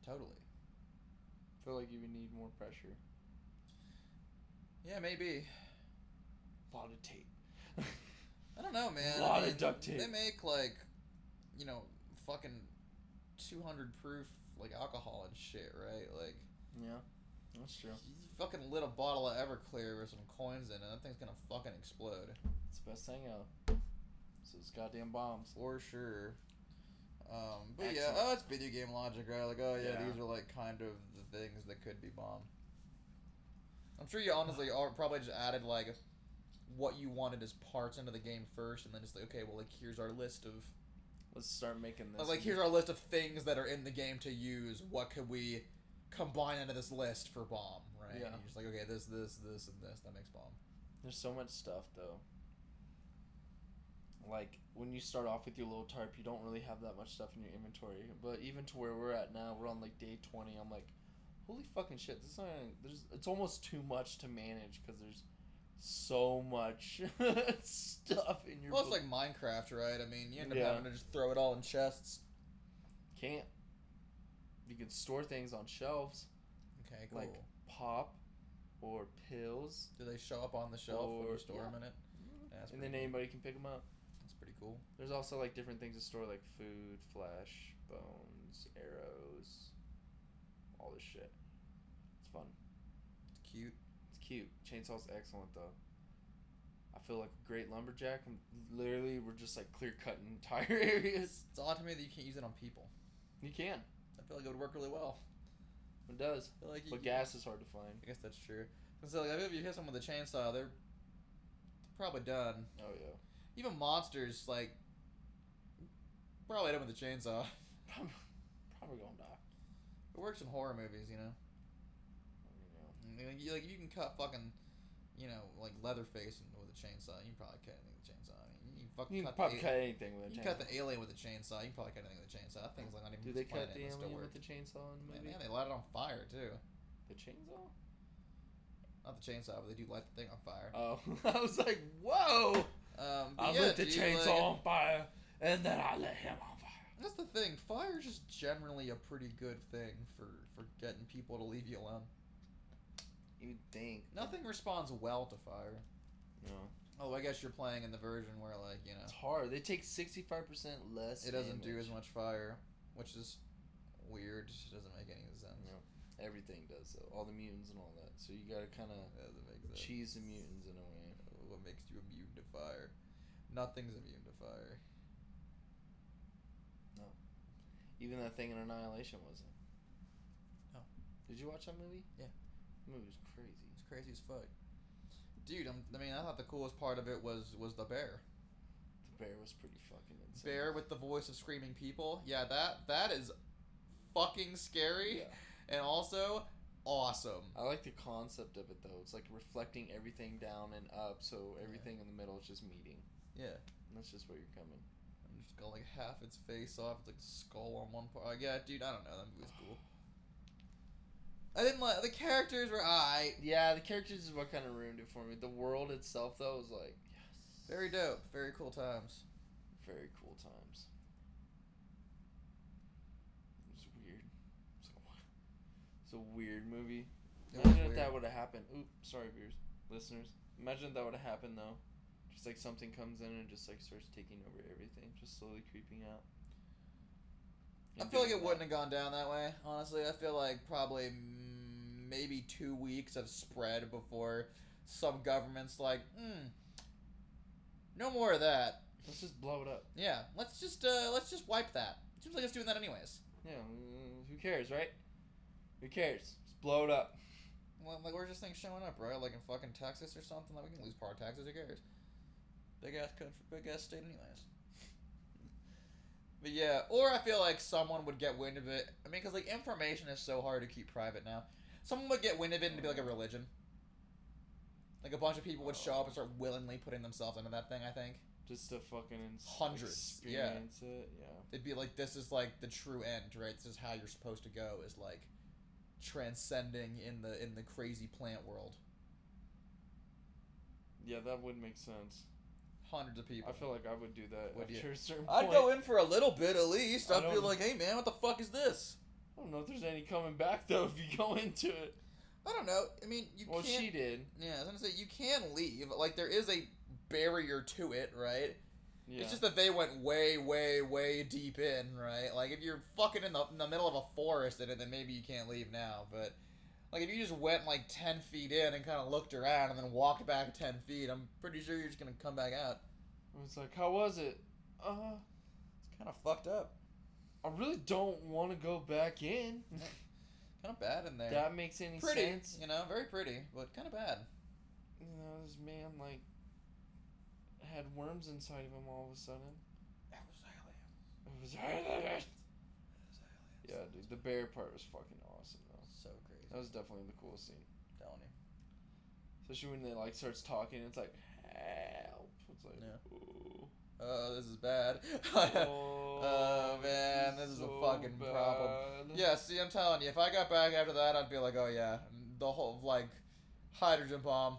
totally.
I feel like you would need more pressure.
Yeah, maybe.
A lot of tape.
I don't know, man.
Lot
I
of
mean,
duct tape.
They make like, you know, fucking two hundred proof like alcohol and shit, right? Like,
yeah, that's true.
you fucking lit a bottle of Everclear with some coins in it. That thing's gonna fucking explode
It's the best thing out. So it's goddamn bombs.
for sure. Um, but
Excellent.
yeah, oh, it's video game logic, right? Like, oh yeah,
Yeah.
these are like kind of the things that could be bombed. I'm sure you honestly are probably just added like what you wanted as parts into the game first, and then it's like, okay, well, like here's our list of
Let's start making this.
like, like here's our list of things that are in the game to use. What could we combine into this list for bomb? Right?
Yeah.
And you're just like, okay, this, this, this, and this. That makes bomb.
There's so much stuff though. Like when you start off with your little tarp, you don't really have that much stuff in your inventory. But even to where we're at now, we're on like day twenty. I'm like, holy fucking shit! This is not even- there's it's almost too much to manage because there's so much stuff in your.
Well, it's
book.
like Minecraft, right? I mean, you end up
Yeah.
having to just throw it all in chests.
can't. You can store things on shelves,
Okay, cool.
Like- pop, or pills,
Do they show up on the shelf when
Or-
you store
yeah.
them in it? Yeah, that's
and
pretty
then anybody can pick them up.
That's pretty cool.
There's also like different things to store, like food, flesh, bones, arrows, all this shit. It's fun.
It's cute.
It's cute. Chainsaw's excellent though. I feel like a great lumberjack. I'm literally, we're just like clear cutting entire areas.
It's odd to me that you can't use it on people.
You can.
I feel like it would work really well.
It does.
I feel like you,
But
you-
gas is hard to find.
I guess that's true. And so, like, I feel if you hit someone with a chainsaw, they're probably done.
Oh yeah.
Even monsters, like, probably done with a chainsaw.
Probably, probably gonna die.
It works in horror movies, you know.
You know.
I mean, you- like if you can cut fucking, you know, like Leatherface and- with a chainsaw, you can probably cut anything with a chainsaw. I mean, you can fucking
You can
cut,
probably
the,
cut anything with a
you
chainsaw.
can cut the alien with a chainsaw. You can probably cut anything with a chainsaw. That thing's like not even
Do
from
they
this planet,
cut the
and it
alien
still
with
works.
the chainsaw in the
Man,
movie?
yeah, they light it on fire too.
The chainsaw?
Not the chainsaw, but they do light the thing on fire.
Oh, I was like, whoa!
Um, but
I
yeah,
lit the
dude,
chainsaw
like-
on fire, and then I lit him on fire.
That's the thing. Fire is just generally a pretty good thing for for getting people to leave you alone.
You'd think.
Nothing responds well to fire.
No.
Oh, I guess you're playing in the version where like you
It's
know
hard. They take 65% less
it doesn't do
damage.
as much fire, which is weird. It doesn't make any sense.
No. Everything does, though. All the mutants and all that. So you gotta kind of
It doesn't make sense.
cheese the mutants in a way.
What makes you immune to fire? Nothing's immune to fire.
Even that thing in Annihilation wasn't.
No.
Did you watch that movie?
Yeah.
The movie was crazy.
It's crazy as fuck. Dude, I'm, I mean, I thought the coolest part of it was was the bear.
The bear was pretty fucking insane.
Bear with the voice of screaming people. Yeah, that that is fucking scary.
Yeah.
and also awesome.
I like the concept of it though. It's like reflecting everything down and up, so
Yeah.
everything in the middle is just meeting.
Yeah,
And that's just where you're coming.
I'm just got like half its face off, it's like skull on one part. Like, yeah, dude, I don't know. That movie's cool. I didn't like the characters were alright.
Yeah, the characters is what kind of ruined it for me. The world itself though was like yes,
Very dope. Very cool times.
very cool times. It was weird. It's like, what? It's a weird movie.
It was
Imagine if
weird.
that would have happened. Oop, sorry, viewers, listeners. Imagine if that would have happened though. Just like something comes in and just like starts taking over everything, just slowly creeping out.
I
And
feel like
doing
it
that.
wouldn't have gone down that way. Honestly, I feel like probably mm, maybe two weeks of spread before some governments like, mm, no more of that.
Let's just blow it up.
Yeah, let's just uh, let's just wipe that. Seems like it's doing that anyways.
Yeah, mm, who cares, right? Who cares? Just blow it up.
Well, like where's this thing showing up, right? Like in fucking Texas or something. Like we can lose part of Texas. Who cares? Big ass country, big ass state, anyways. but yeah, or I feel like someone would get wind of it. I mean, because like information is so hard to keep private now. Someone would get wind of it and be like a religion. Like a bunch of people would show up and start willingly putting themselves into that thing. I think
Just to fucking ins-
Hundreds, yeah.
experience it. Yeah.
they'd be like, "This is like the true end, right? This is how you're supposed to go. Is like transcending in the in the crazy plant world."
Yeah, that would make sense.
Hundreds of people.
I feel like I would do that
Would you?
after a certain
I'd
point.
go in for a little bit at least.
I
I'd be
don't-
like, hey man, what the fuck is this?
I don't know if there's any coming back though if you go into it.
I don't know. I mean, you
well,
can't.
she did.
Yeah, I was gonna say you can leave. Like there is a barrier to it, right?
Yeah.
It's just that they went way, way, way deep in, right? Like if you're fucking in the in the middle of a forest in it, then maybe you can't leave now. But like if you just went like ten feet in and kind of looked around and then walked back ten feet, I'm pretty sure you're just gonna come back out.
It's like, how was it? Uh,
It's kind of fucked up.
I really don't want to go back in.
Kind of bad in there.
that makes any
pretty,
sense?
you know, very pretty, but kind of bad.
You know, this man like had worms inside of him all of a sudden.
That was alien.
It was aliens.
That was alien.
Yeah, dude. The bear part was fucking awesome though.
So crazy.
That was definitely the coolest scene.
telling you.
Especially when they like starts talking, it's like help. It's like
Yeah.
"Ooh."
Oh, this is bad.
Oh,
man, this is a fucking problem.
bad.
yeah, see, I'm telling you, if I got back after that, I'd be like, oh yeah, the whole like hydrogen bomb,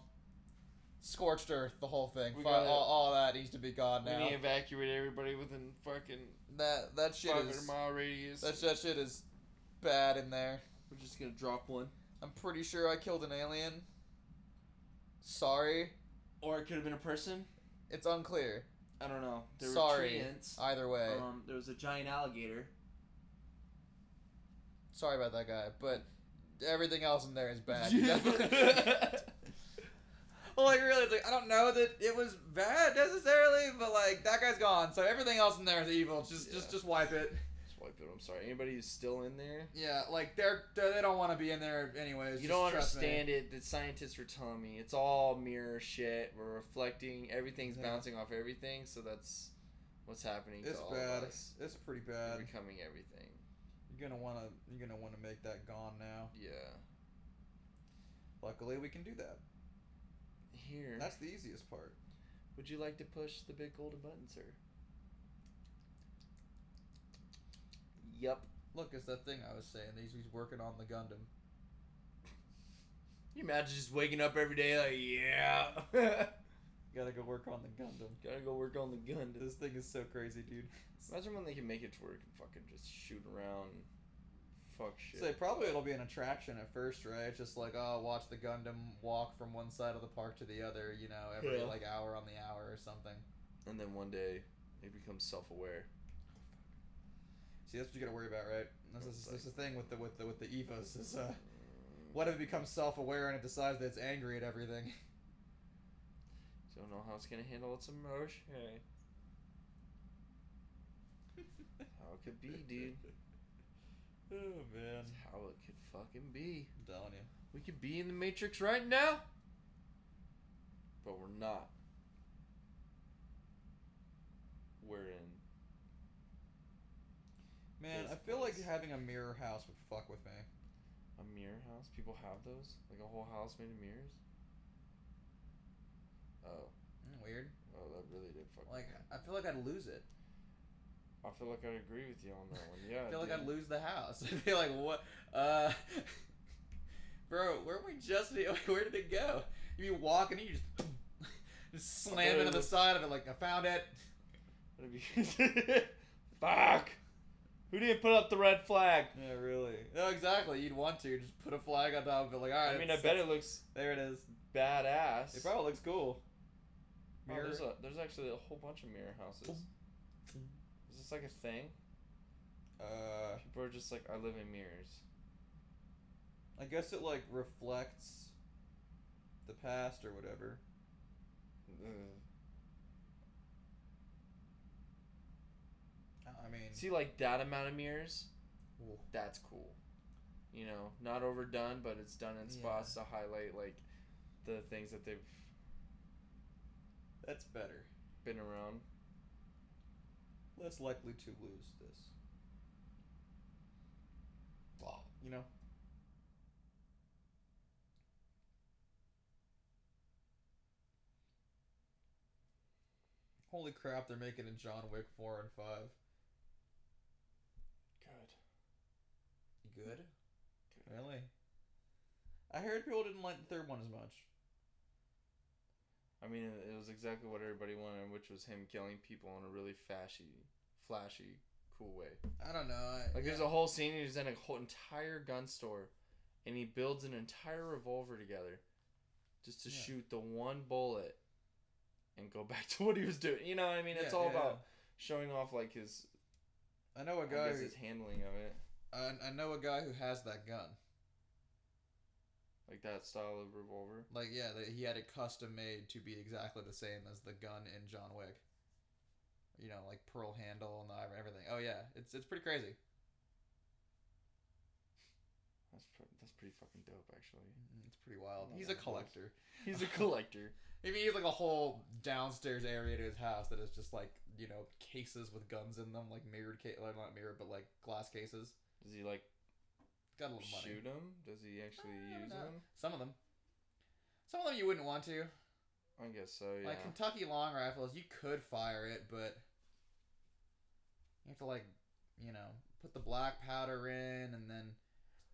scorched earth, the whole thing.
We
Fi-
gotta-
all, all that needs to be gone
We
now.
need to evacuate everybody within fucking
that that shit
500
is
mile radius.
that, that shit is bad in there.
We're just gonna drop one.
I'm pretty sure I killed an alien. Sorry,
Or it could have been a person.
it's unclear.
I don't know. There
Sorry.
were tree ants.
Either way,
Um, there was a giant alligator.
sorry about that guy, but everything else in there is bad. Well, like really, it's like I don't know that it was bad necessarily, but like that guy's gone, so everything else in there is evil. Just,
Yeah.
just, just wipe it.
Swipe it. I'm sorry. Anybody who's still in there,
Yeah, like they're, they're they don't want to be in there anyways.
you
just
don't
trust me.
understand it. The scientists were telling me it's all mirror shit. We're reflecting. Everything's
Yeah.
bouncing off everything. So that's what's happening
It's
to all
bad.
of us.
It's pretty
We're
bad.
becoming everything.
You're gonna wanna, you're gonna wanna make that gone now.
Yeah.
Luckily, we can do that.
Here.
That's the easiest part.
Would you like to push the big golden button, sir? Yep.
Look, it's that thing I was saying. He's, he's working on the Gundam.
Can you imagine just waking up every day like, yeah.
You gotta go work on the Gundam.
Gotta go work on the gun.
This thing is so crazy, dude.
Imagine when they can make it to work and fucking just shoot around. and Fuck shit.
So probably it'll be an attraction at first, right? It's just like, oh, watch the Gundam walk from one side of the park to the other, you know, every
Yeah.
like hour on the hour or something.
and then one day, it becomes self-aware.
See, that's what you gotta worry about, right? This is
It's
this is the thing with the with the with the EVOs is uh, what if it becomes self aware and it decides that it's angry at everything?
Don't know how it's gonna handle its emotion. How it could be, dude.
Oh man,
That's how it could fucking be.
I'm telling you,
We could be in the Matrix right now, but we're not. We're in.
man,
This
I feel like
place.
having a mirror house would fuck with me.
A mirror house? People have those? Like a whole house made of mirrors? Oh.
Mm, Weird.
Oh, that really did fuck
Like
me.
I feel like I'd lose it.
I feel like I'd agree with you on that one. Yeah.
I feel like
dude.
I'd lose the house. I'd be like, what? Uh, bro, where we just? Where did it go? You be walking, and you just, just slam into the side of it like I found it.
That'd be- fuck! Who didn't put up the red flag?
Yeah, really. No, exactly. You'd want to just put a flag on top of it, like all right.
I mean, I
it's-
bet it looks
there it is.
badass.
It probably looks cool.
Oh,
Mirror.
there's, a, there's actually a whole bunch of mirror houses. Is this like a thing?
Uh,
People are just like, I live in mirrors.
I guess it like reflects the past or whatever.
Ugh.
I mean,
See, like that amount of mirrors,
Cool.
that's cool. You know, not overdone, but it's done in
Yeah.
spots to highlight like the things that they've
that's better.
been around.
Less likely to lose this. You know. Holy crap! They're making a John Wick four and five.
Good.
Good. Really? I heard people didn't like the third one as much.
I mean, it it was exactly what everybody wanted, which was him killing people in a really flashy, flashy, cool way.
I don't know. I,
Like, there's
yeah.
a whole scene. He's in a whole entire gun store, and he builds an entire revolver together, just to
Yeah.
shoot the one bullet, and go back to what he was doing. You know what I mean?
Yeah,
It's all
yeah,
about showing off like his,
yeah. I know a
I
guy.
guess
Who,
his handling of it,
I, I know a guy who has that gun.
like that style of revolver.
Like yeah, that he had it custom made to be exactly the same as the gun in John Wick. You know, like pearl handle and the, everything. Oh yeah, it's it's pretty crazy.
That's pr- that's pretty fucking dope, actually.
Mm, It's pretty
Oh,
wild. He's
my
a
gosh.
collector.
He's a collector.
Maybe he has like a whole downstairs area to his house that is just like you know cases with guns in them, like mirrored case, like, not mirrored, but like glass cases.
Does he like
Got a little money.
shoot him? Does he actually
Uh,
use
no.
him?
Some of them. Some of them you wouldn't want to.
I guess so. Yeah.
Like Kentucky long rifles, you could fire it, but you have to like, you know, put the black powder in and then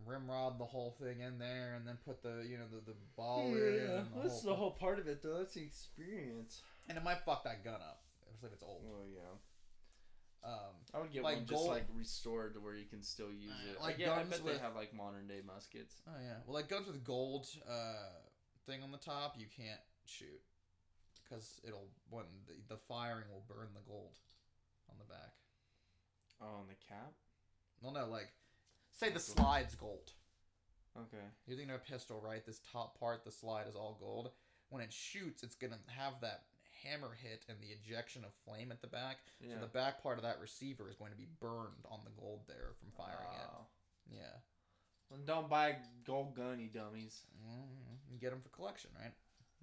rimrod the whole thing in there and then put the you know the, the ball area
yeah,
and the
that's
whole
the whole part of it, though. That's the experience.
and it might fuck that gun up, especially if it's old.
Oh yeah,
Um,
I would get
Like
one
gold-
just like restored to where you can still use
Uh,
it.
like
Like yeah, I
guns
bet
with-
they have like modern day muskets.
oh yeah, well like guns with gold uh thing on the top, you can't shoot because it'll when the, the firing will burn the gold on the back.
Oh, and the cap.
Well, no, like say the
Gold.
slide's gold.
Okay.
You're thinking of a pistol, right? This top part, the slide is all gold. When it shoots, it's gonna have that hammer hit and the ejection of flame at the back.
Yeah.
So the back part of that receiver is going to be burned on the gold there from firing
Oh.
it. Yeah.
Well, don't buy gold gunny dummies.
mm You get them for collection, right?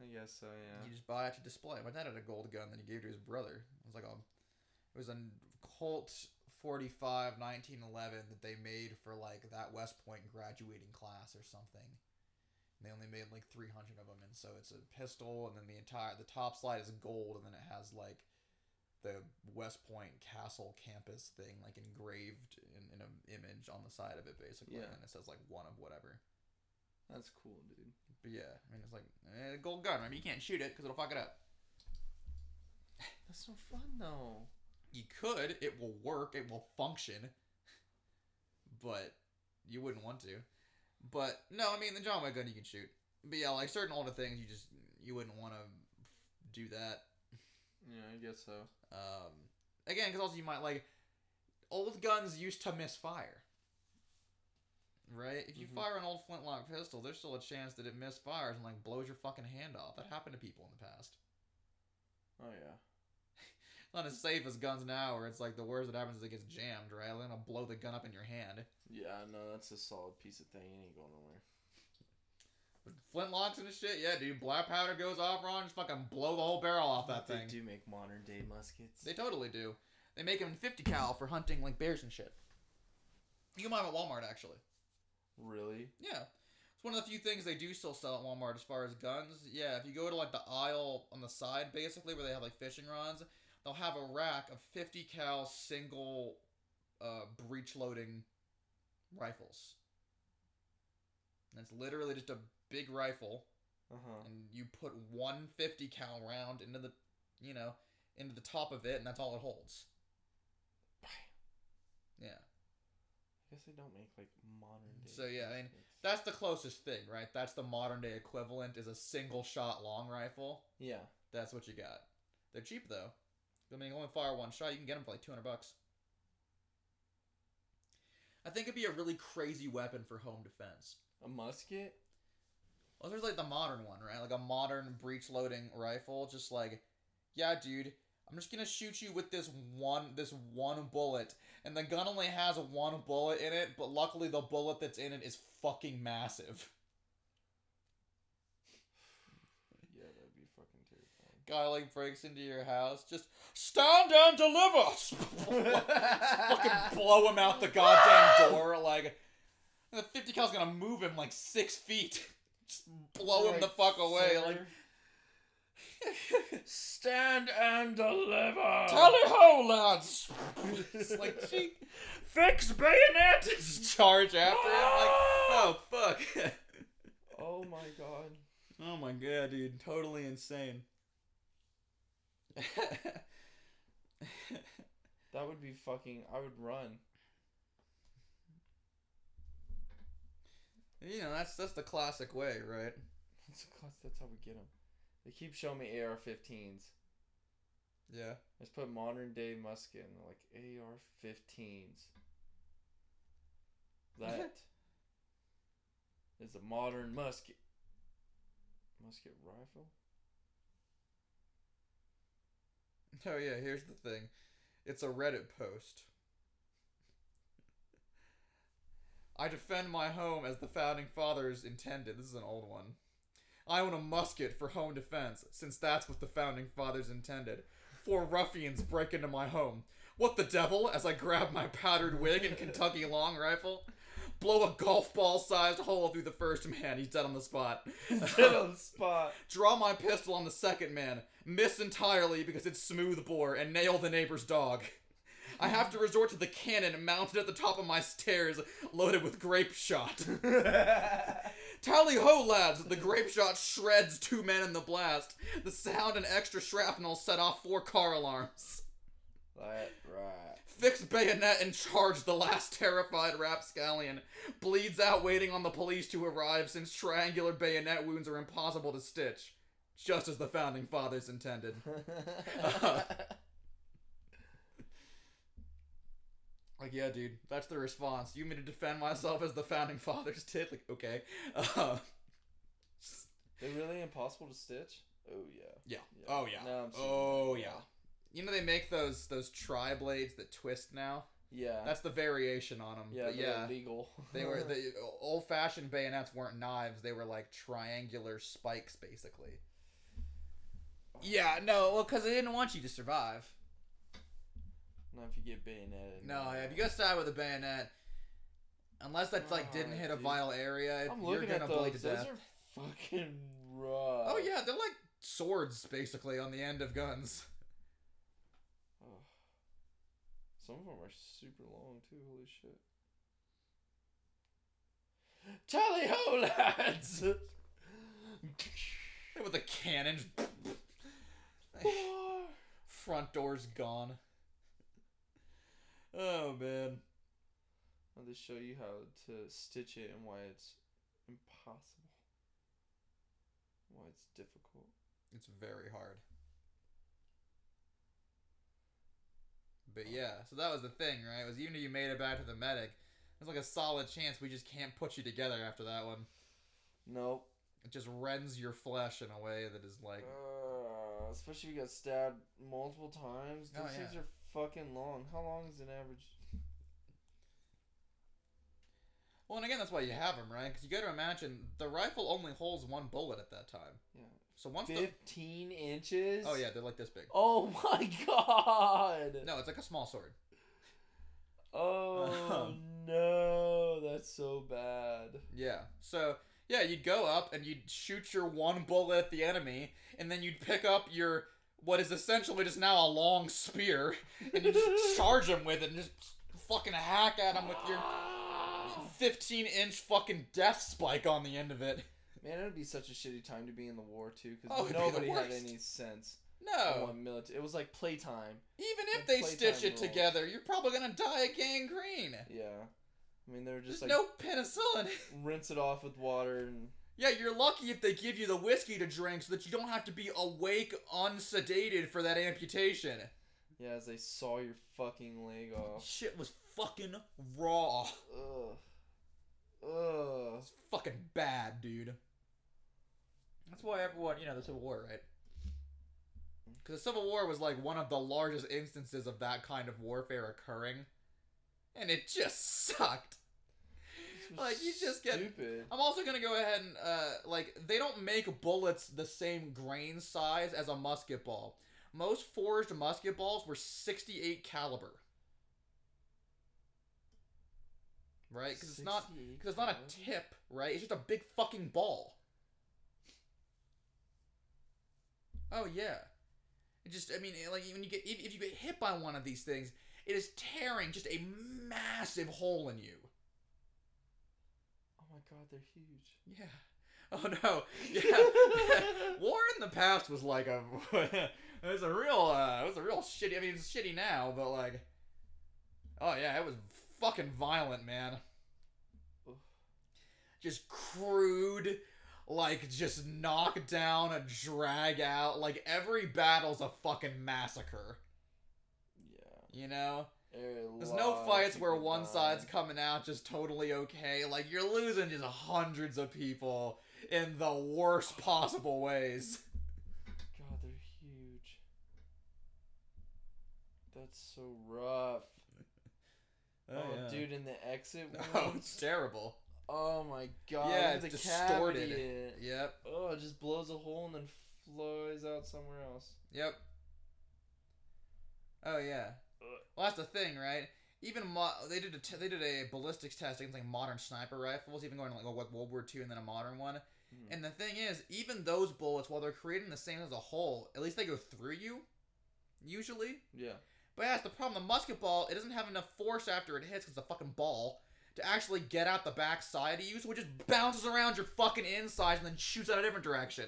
I guess so.
You
Yeah.
just buy it to display. My dad had a gold gun that he gave to his brother. It was like a, it was a Colt 45 1911 that they made for like that West Point graduating class or something. And They only made like 300 of them, and so it's a pistol, and then the entire the top slide is gold, and then it has like the West Point Castle campus thing like engraved in, in an image on the side of it, basically,
Yeah.
and it says like one of whatever.
That's cool, dude.
But yeah, I mean it's like eh, a gold gun. I mean you can't shoot it because it'll fuck it up.
That's so fun though.
you could it will work it will function but you wouldn't want to but no i mean the john wick gun you can shoot but yeah like certain older things you just you wouldn't want to do that
Yeah, I guess so.
um again because also you might like old guns used to misfire right if you
Mhm.
fire an old flintlock pistol there's still a chance that it misfires and like blows your fucking hand off that happened to people in the past
Oh yeah.
not as safe as guns now where it's like the worst that happens is it gets jammed right they're gonna blow the gun up in your hand
Yeah, no, that's a solid piece of thing. It ain't going nowhere.
With flintlocks and shit, yeah, dude. Black powder goes off wrong, just fucking blow the whole barrel off that
they
thing.
do make modern day muskets.
They totally do. They make them in 50 cal for hunting like bears and shit. You can buy them at Walmart actually.
really?
Yeah, it's one of the few things they do still sell at Walmart as far as guns. Yeah, if you go to like the aisle on the side, basically where they have like fishing rods, they'll have a rack of 50 cal single uh, breech loading rifles. And it's literally just a big rifle
Uh huh.
and you put one fifty cal round into the you know into the top of it and that's all it holds yeah
I guess they don't make like modern day.
So, yeah, I mean,
muskets.
that's the closest thing right that's the modern day equivalent is a single shot long rifle
yeah.
that's what you got they're cheap though i mean you only fire one shot you can get them for like 200 bucks i think it'd be a really crazy weapon for home defense
A musket?
Well, there's like the modern one, right? Like a modern breech loading rifle. Just like, yeah, dude, I'm just gonna shoot you with this one, this one bullet, and the gun only has one bullet in it. But luckily, the bullet that's in it is fucking massive.
Yeah, that'd be fucking terrifying.
Guy like breaks into your house, just stand and deliver. fucking blow him out the goddamn door. Like, and the fifty cal's gonna move him like six feet. Just blow him the fuck away. Like,
stand and deliver.
tally ho, lads. It's like, gee.
fix bayonet.
just charge after him like oh fuck
oh my god.
oh my god dude totally insane
That would be fucking. I would run.
you know that's that's the classic way right
That's, that's how we get them. They keep showing me AR-15s.
yeah
Let's put modern day musket and like AR-15s. That is a modern musket. Musket rifle.
oh yeah here's the thing it's a reddit post I defend my home as the founding fathers intended. This is an old one. I own a musket for home defense, since that's what the founding fathers intended. Four ruffians break into my home. What the devil? As I grab my powdered wig and Kentucky long rifle, blow a golf ball sized hole through the first man. He's dead on the spot.
Sit on the spot.
Draw my pistol on the second man, miss entirely because it's smooth bore, and nail the neighbor's dog. I have to resort to the cannon mounted at the top of my stairs, loaded with grape shot. Tally ho, lads! The grape shot shreds two men in the blast. The sound and extra shrapnel set off four car alarms.
Let right.
Fix bayonet and charge the last terrified rapscallion. Bleeds out waiting on the police to arrive since triangular bayonet wounds are impossible to stitch. Just as the founding fathers intended. Like, yeah, dude, that's the response. You mean to defend myself as the founding fathers did? Like, okay. Uh,
They're really impossible to stitch. Oh yeah.
yeah.
Yeah.
Oh yeah.
No, I'm sorry.
oh yeah. You know they make those those tri blades that twist now.
Yeah.
That's the variation on them.
yeah.
but
they're
yeah.
Illegal.
They were the old fashioned bayonets weren't knives. They were like triangular spikes, basically. Yeah, no, well, because they didn't want you to survive.
Not if you get bayoneted.
No, if you guys die with a bayonet, unless that's like didn't hit
Alright,
a
Ah, dude.
vital area,
I'm
you're
looking
gonna
at
bleed
those.
to
Those
death.
are fucking rough.
Oh yeah, they're like swords basically on the end of guns.
Ugh. Some of them are super long too. Holy shit! Tally ho, lads!
With a cannon, front door's gone. Oh man.
I'll just show you how to stitch it and why it's impossible. Why it's difficult.
It's very hard. But yeah, so that was the thing, right? Was even if you made it back to the medic, there's like a solid chance we just can't put you together after that one.
Nope.
It just rends your flesh in a way that is like
Uh, especially if you got stabbed multiple times. Those
Oh,
things are fucking long. How long is an average?
Well, and again, that's why you have them, right? Because you got to imagine the rifle only holds one bullet at that time.
Yeah.
So once the
Fifteen inches.
oh yeah, they're like this big.
Oh my god.
No, it's like a small sword.
Oh
Um.
no, that's so bad.
Yeah. So yeah, you'd go up and you'd shoot your one bullet at the enemy, and then you'd pick up your what is essentially just now a long spear, and you just charge him with it and just fucking hack at him with your
Ah!
15 inch fucking death spike on the end of it.
Man, it would be such a shitty time to be in the war too,
Oh,
because
it'd be
nobody
the
had
worst.
any sense.
No.
Oh, military. It was like playtime.
Even
And
if they
playtime
stitch it
rules.
together, you're probably gonna die of gangrene.
Yeah, I mean they were just
There's
like
no penicillin.
rinse it off with water and
Yeah, you're lucky if they give you the whiskey to drink so that you don't have to be awake, unsedated for that amputation.
yeah, as they saw your fucking leg off.
Shit was fucking raw. It
Ugh. Ugh.
was fucking bad, dude. That's why everyone, you know, the Civil War, right? Because the Civil War was like one of the largest instances of that kind of warfare occurring. And it just sucked.
This was
Like, you just get-
stupid.
I'm also gonna go ahead and uh, like they don't make bullets the same grain size as a musket ball. Most forged musket balls were 68 caliber. Right, because it's not
68
because it's not
calories.
a tip, right? It's just a big fucking ball. Oh yeah, it just I mean it- like when you get if, if you get hit by one of these things, it is tearing just a massive hole in you.
Oh my god, they're huge.
Yeah. Oh no. Yeah. War in the past was like a it was a real uh, it was a real shitty. I mean, it's shitty now, but like, oh yeah, it was fucking violent, man.
Oof.
Just crude, like just knock down, a drag out. Like every battle's a fucking massacre.
yeah.
You know.
There are a
There's no
lot of
fights where
people
one
dying.
side's coming out just totally okay. Like you're losing just hundreds of people in the worst possible ways.
God, they're huge. That's so rough. Oh, dude, in the exit
Oh,
wounds.
it's terrible.
Oh my god. look
Yeah,
at
it's
the cavity
distorted.
in it.
Yep.
Oh, it just blows a hole and then flies out somewhere else.
Yep. Oh yeah. Well, that's the thing, right? Even mo- they did a t- they did a ballistics test against like modern sniper rifles, even going to like what World War II and then a modern one.
Mhm.
And the thing is, even those bullets, while they're creating the same as a hole, at least they go through you, usually.
Yeah.
But that's the problem. The musket ball, it doesn't have enough force after it hits because the fucking ball to actually get out the back side of you, so it just bounces around your fucking insides and then shoots out a different direction.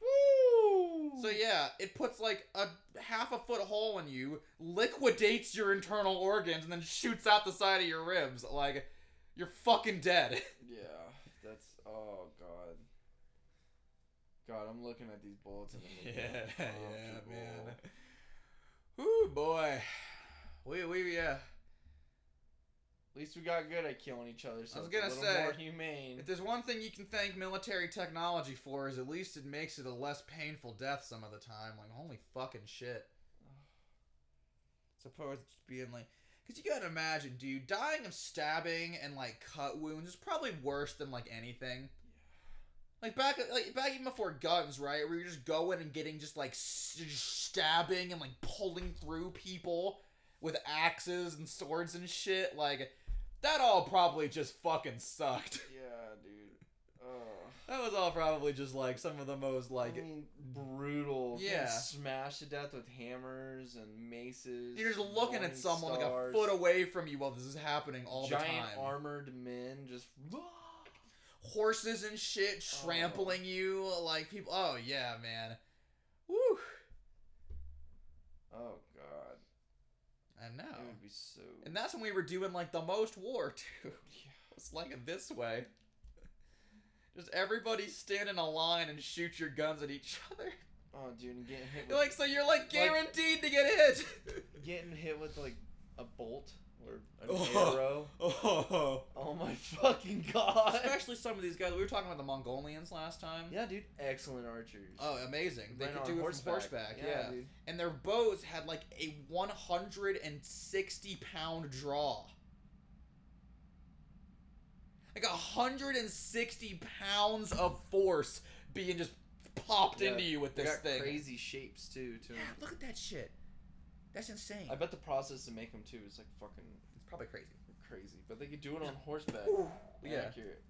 Woo!
So yeah, it puts like a half a foot hole in you, liquidates your internal organs, and then shoots out the side of your ribs. Like you're fucking dead.
Yeah, that's oh god. God, I'm looking at these bullets and I'm looking at how people-
Ooh boy, we we yeah.
At least we got good at killing each other. So
I
it's
was
a
gonna
little
say-
more humane.
If there's one thing you can thank military technology for, is at least it makes it a less painful death some of the time. Like, holy fucking shit. As opposed to just being like. Because you gotta imagine, dude, dying of stabbing and, like, cut wounds is probably worse than, like, anything. Like back, like back even before guns, right? Where you're just going and getting just like s- just stabbing and like pulling through people with axes and swords and shit. Like that all probably just fucking sucked.
Yeah, dude. Ugh.
That was all probably just like some of the most like
I mean, brutal. Getting
Yeah.
smashed to death with hammers and maces.
you're just looking
morning
at someone
stars,
like a foot away from you while this is happening all the
Giant
time.
armored men just.
Horses and shit
Oh.
trampling you like people. Oh yeah, man. Woo!
Oh god,
I know.
it would be so.
And that's when we were doing like the most war too.
Yeah.
It's like it this way. Just everybody stand in a line and shoot your guns at each other.
Oh, dude, and getting hit with
You're like so you're like guaranteed to get hit.
getting hit with like a bolt or an
Oh.
arrow.
oh.
Oh my fucking god!
Especially some of these guys. We were talking about the Mongolians last time.
Yeah, dude, excellent archers.
Oh, amazing. They
Ran
could
on
do it from horseback. Yeah.
dude.
And their bows had like a 160 pound draw. Like 160 pounds of force being just popped
Yeah,
into you with
They
this
got
thing.
crazy shapes too. Too.
Yeah, look at that shit. That's insane.
I bet the process to make them too is like fucking
It's probably crazy.
crazy, but they could do it on horseback.
Yeah.
Accurate.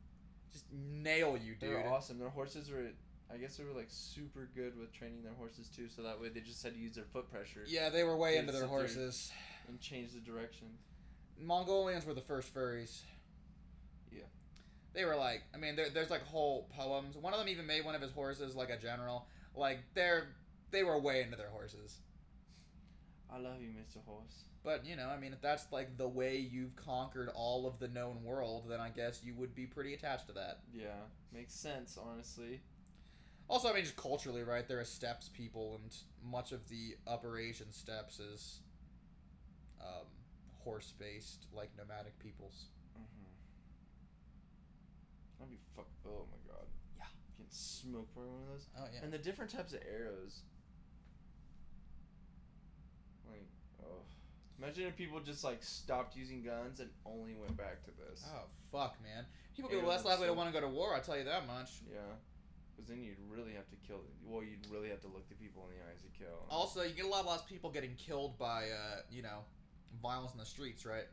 Just nail you, dude.
They're awesome. Their horses were. I guess they were like super good with training their horses too, so that way they just had to use their foot pressure
Yeah, they were way
Dude,
into their
sit there.
horses.
and change the direction.
Mongolians were the first furries.
Yeah.
They were like, I mean, there, there's like whole poems. One of them even made one of his horses like a general. Like they're they were way into their horses.
I love you, Mr. Horse.
But you know, I mean, if that's like the way you've conquered all of the known world, then I guess you would be pretty attached to that.
Yeah, makes sense, honestly.
Also, I mean, just culturally, right? There are steppes people, and much of the Upper Asian steppes is um, horse-based, like nomadic peoples.
Mm-hmm. I'd be fuck. Oh my god.
Yeah.
Getting smoked by one of those.
Oh yeah.
And the different types of arrows. Like, oh. Imagine if people just like stopped using guns and only went back to this.
Oh fuck, man! People be
Yeah,
less
that's
likely to
so-
want to go to war. I tell you that much.
Yeah. Because then you'd really have to kill. Well, you'd really have to look the people in the eyes to kill.
Also, you get a lot less people getting killed by, uh, you know, violence in the streets, right?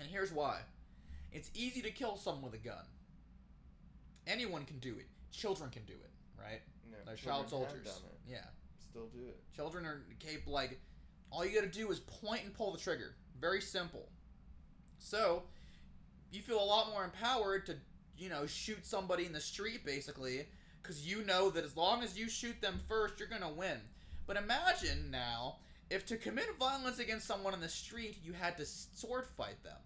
And here's why: it's easy to kill someone with a gun. Anyone can do it. Children can do it, right?
Yeah,
They're
children
child
have
soldiers.
done it.
Yeah,
Still do it.
children are capable. Like, all you gotta do is point and pull the trigger. Very simple. So, you feel a lot more empowered to, you know, shoot somebody in the street basically, because you know that as long as you shoot them first, you're gonna win. But imagine now if to commit violence against someone in the street, you had to s- sword fight them,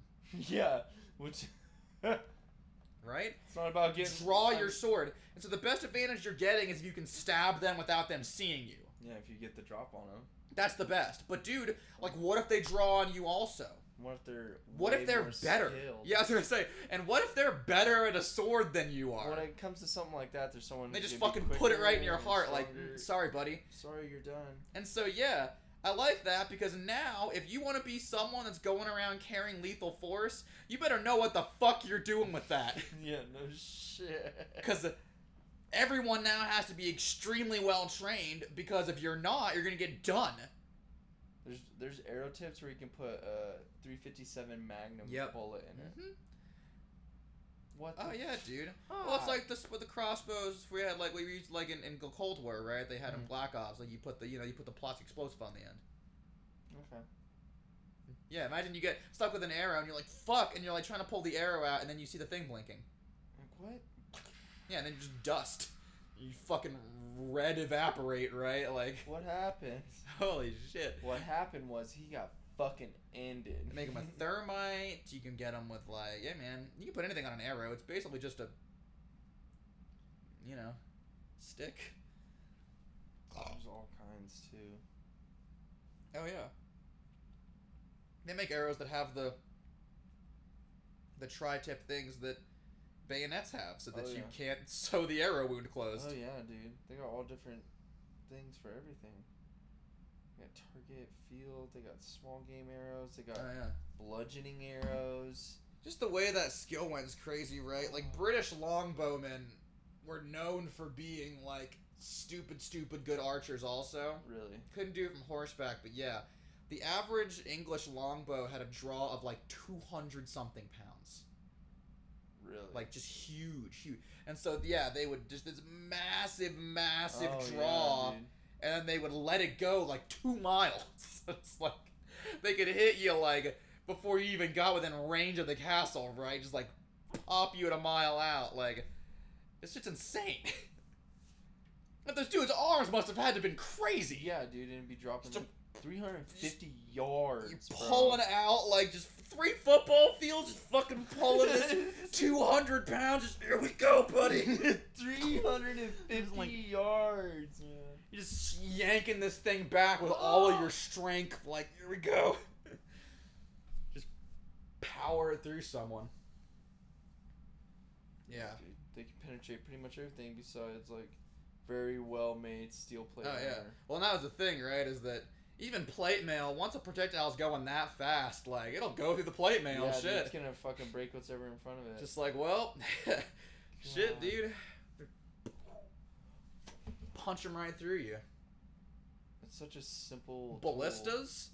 yeah. Which. it's
right?
not about getting.
Draw your
I'm-
sword. And so the best advantage you're getting is if you can stab them without them seeing you.
Yeah, if you get the drop on them.
That's the best. But dude, like, what if they draw on you also?
What if they're
What
way
if they're
more
better?
skilled?
Yeah, I was gonna say. And what if they're better at a sword than you are?
When it comes to something like that, there's someone
they
who's
just
gonna be
fucking put it
quicker
right in your
and
heart, like,
stronger.
sorry, buddy.
sorry, you're done.
And so yeah, I like that because now, if you want to be someone that's going around carrying lethal force, you better know what the fuck you're doing with that.
yeah, no shit.
Because everyone now has to be extremely well trained because if you're not, you're going to get done.
There's there's arrow tips where you can put a 357 Magnum
Yep.
bullet in it.
Mhm.
What?
Oh,
the
yeah, dude.
fuck?
Well, it's like this with the crossbows. We had like we used like in, in the Cold War, right? They had in
Mhm.
Black Ops, like you put the you know you put the plots explosive on the end.
Okay.
Yeah, imagine you get stuck with an arrow and you're like fuck, and you're like trying to pull the arrow out, and then you see the thing blinking.
Like, what?
Yeah, and then just dust. You fucking red evaporate, right? Like
What happened?
holy shit.
What happened was he got fucking ended.
You Make them with thermite. You can get them with like, yeah, man. You can put anything on an arrow. It's basically just a, you know, stick.
There's all kinds too.
Oh yeah. They make arrows that have the the tri-tip things that bayonets have, so that
Oh,
you
yeah.
can't sew the arrow wound closed.
Oh yeah, dude. They got all different things for everything. They got target, field. They got small game arrows. They got
Oh yeah.
bludgeoning arrows.
Just the way that skill went is crazy, right? Like British longbowmen were known for being like stupid, stupid good archers. Also,
Really?
couldn't do it from horseback, but yeah, the average English longbow had a draw of like two hundred something pounds,
Really?
like just huge, huge. And so yeah, they would just this massive, massive
Oh, yeah,
draw,
dude.
and then they would let it go like two miles. it's like they could hit you like before you even got within range of the castle, right? Just like pop you at a mile out. Like it's just insane. but those dudes' arms must have had to have been crazy.
Yeah, dude, and it'd be dropping
Just
like 350 yards.
You
bro.
pulling out like just three football fields, just fucking pulling this two hundred pounds. Just here we go, buddy.
350
Like-
yards, man.
You're just yanking this thing back with all of your strength. Like here we go. Just power it through someone. Yeah.
Dude, they can penetrate pretty much everything besides like very well made steel plate.
Oh, yeah.
armor.
Well, and that was the thing, right? Is that even plate mail? Once a projectile's going that fast, like it'll go through the plate mail.
Yeah, dude,
oh, shit.
it's gonna fucking break whatever in front of it.
Just like, well,
God.
shit, dude. Punch them right through you.
it's such a simple tool.
Ballistas,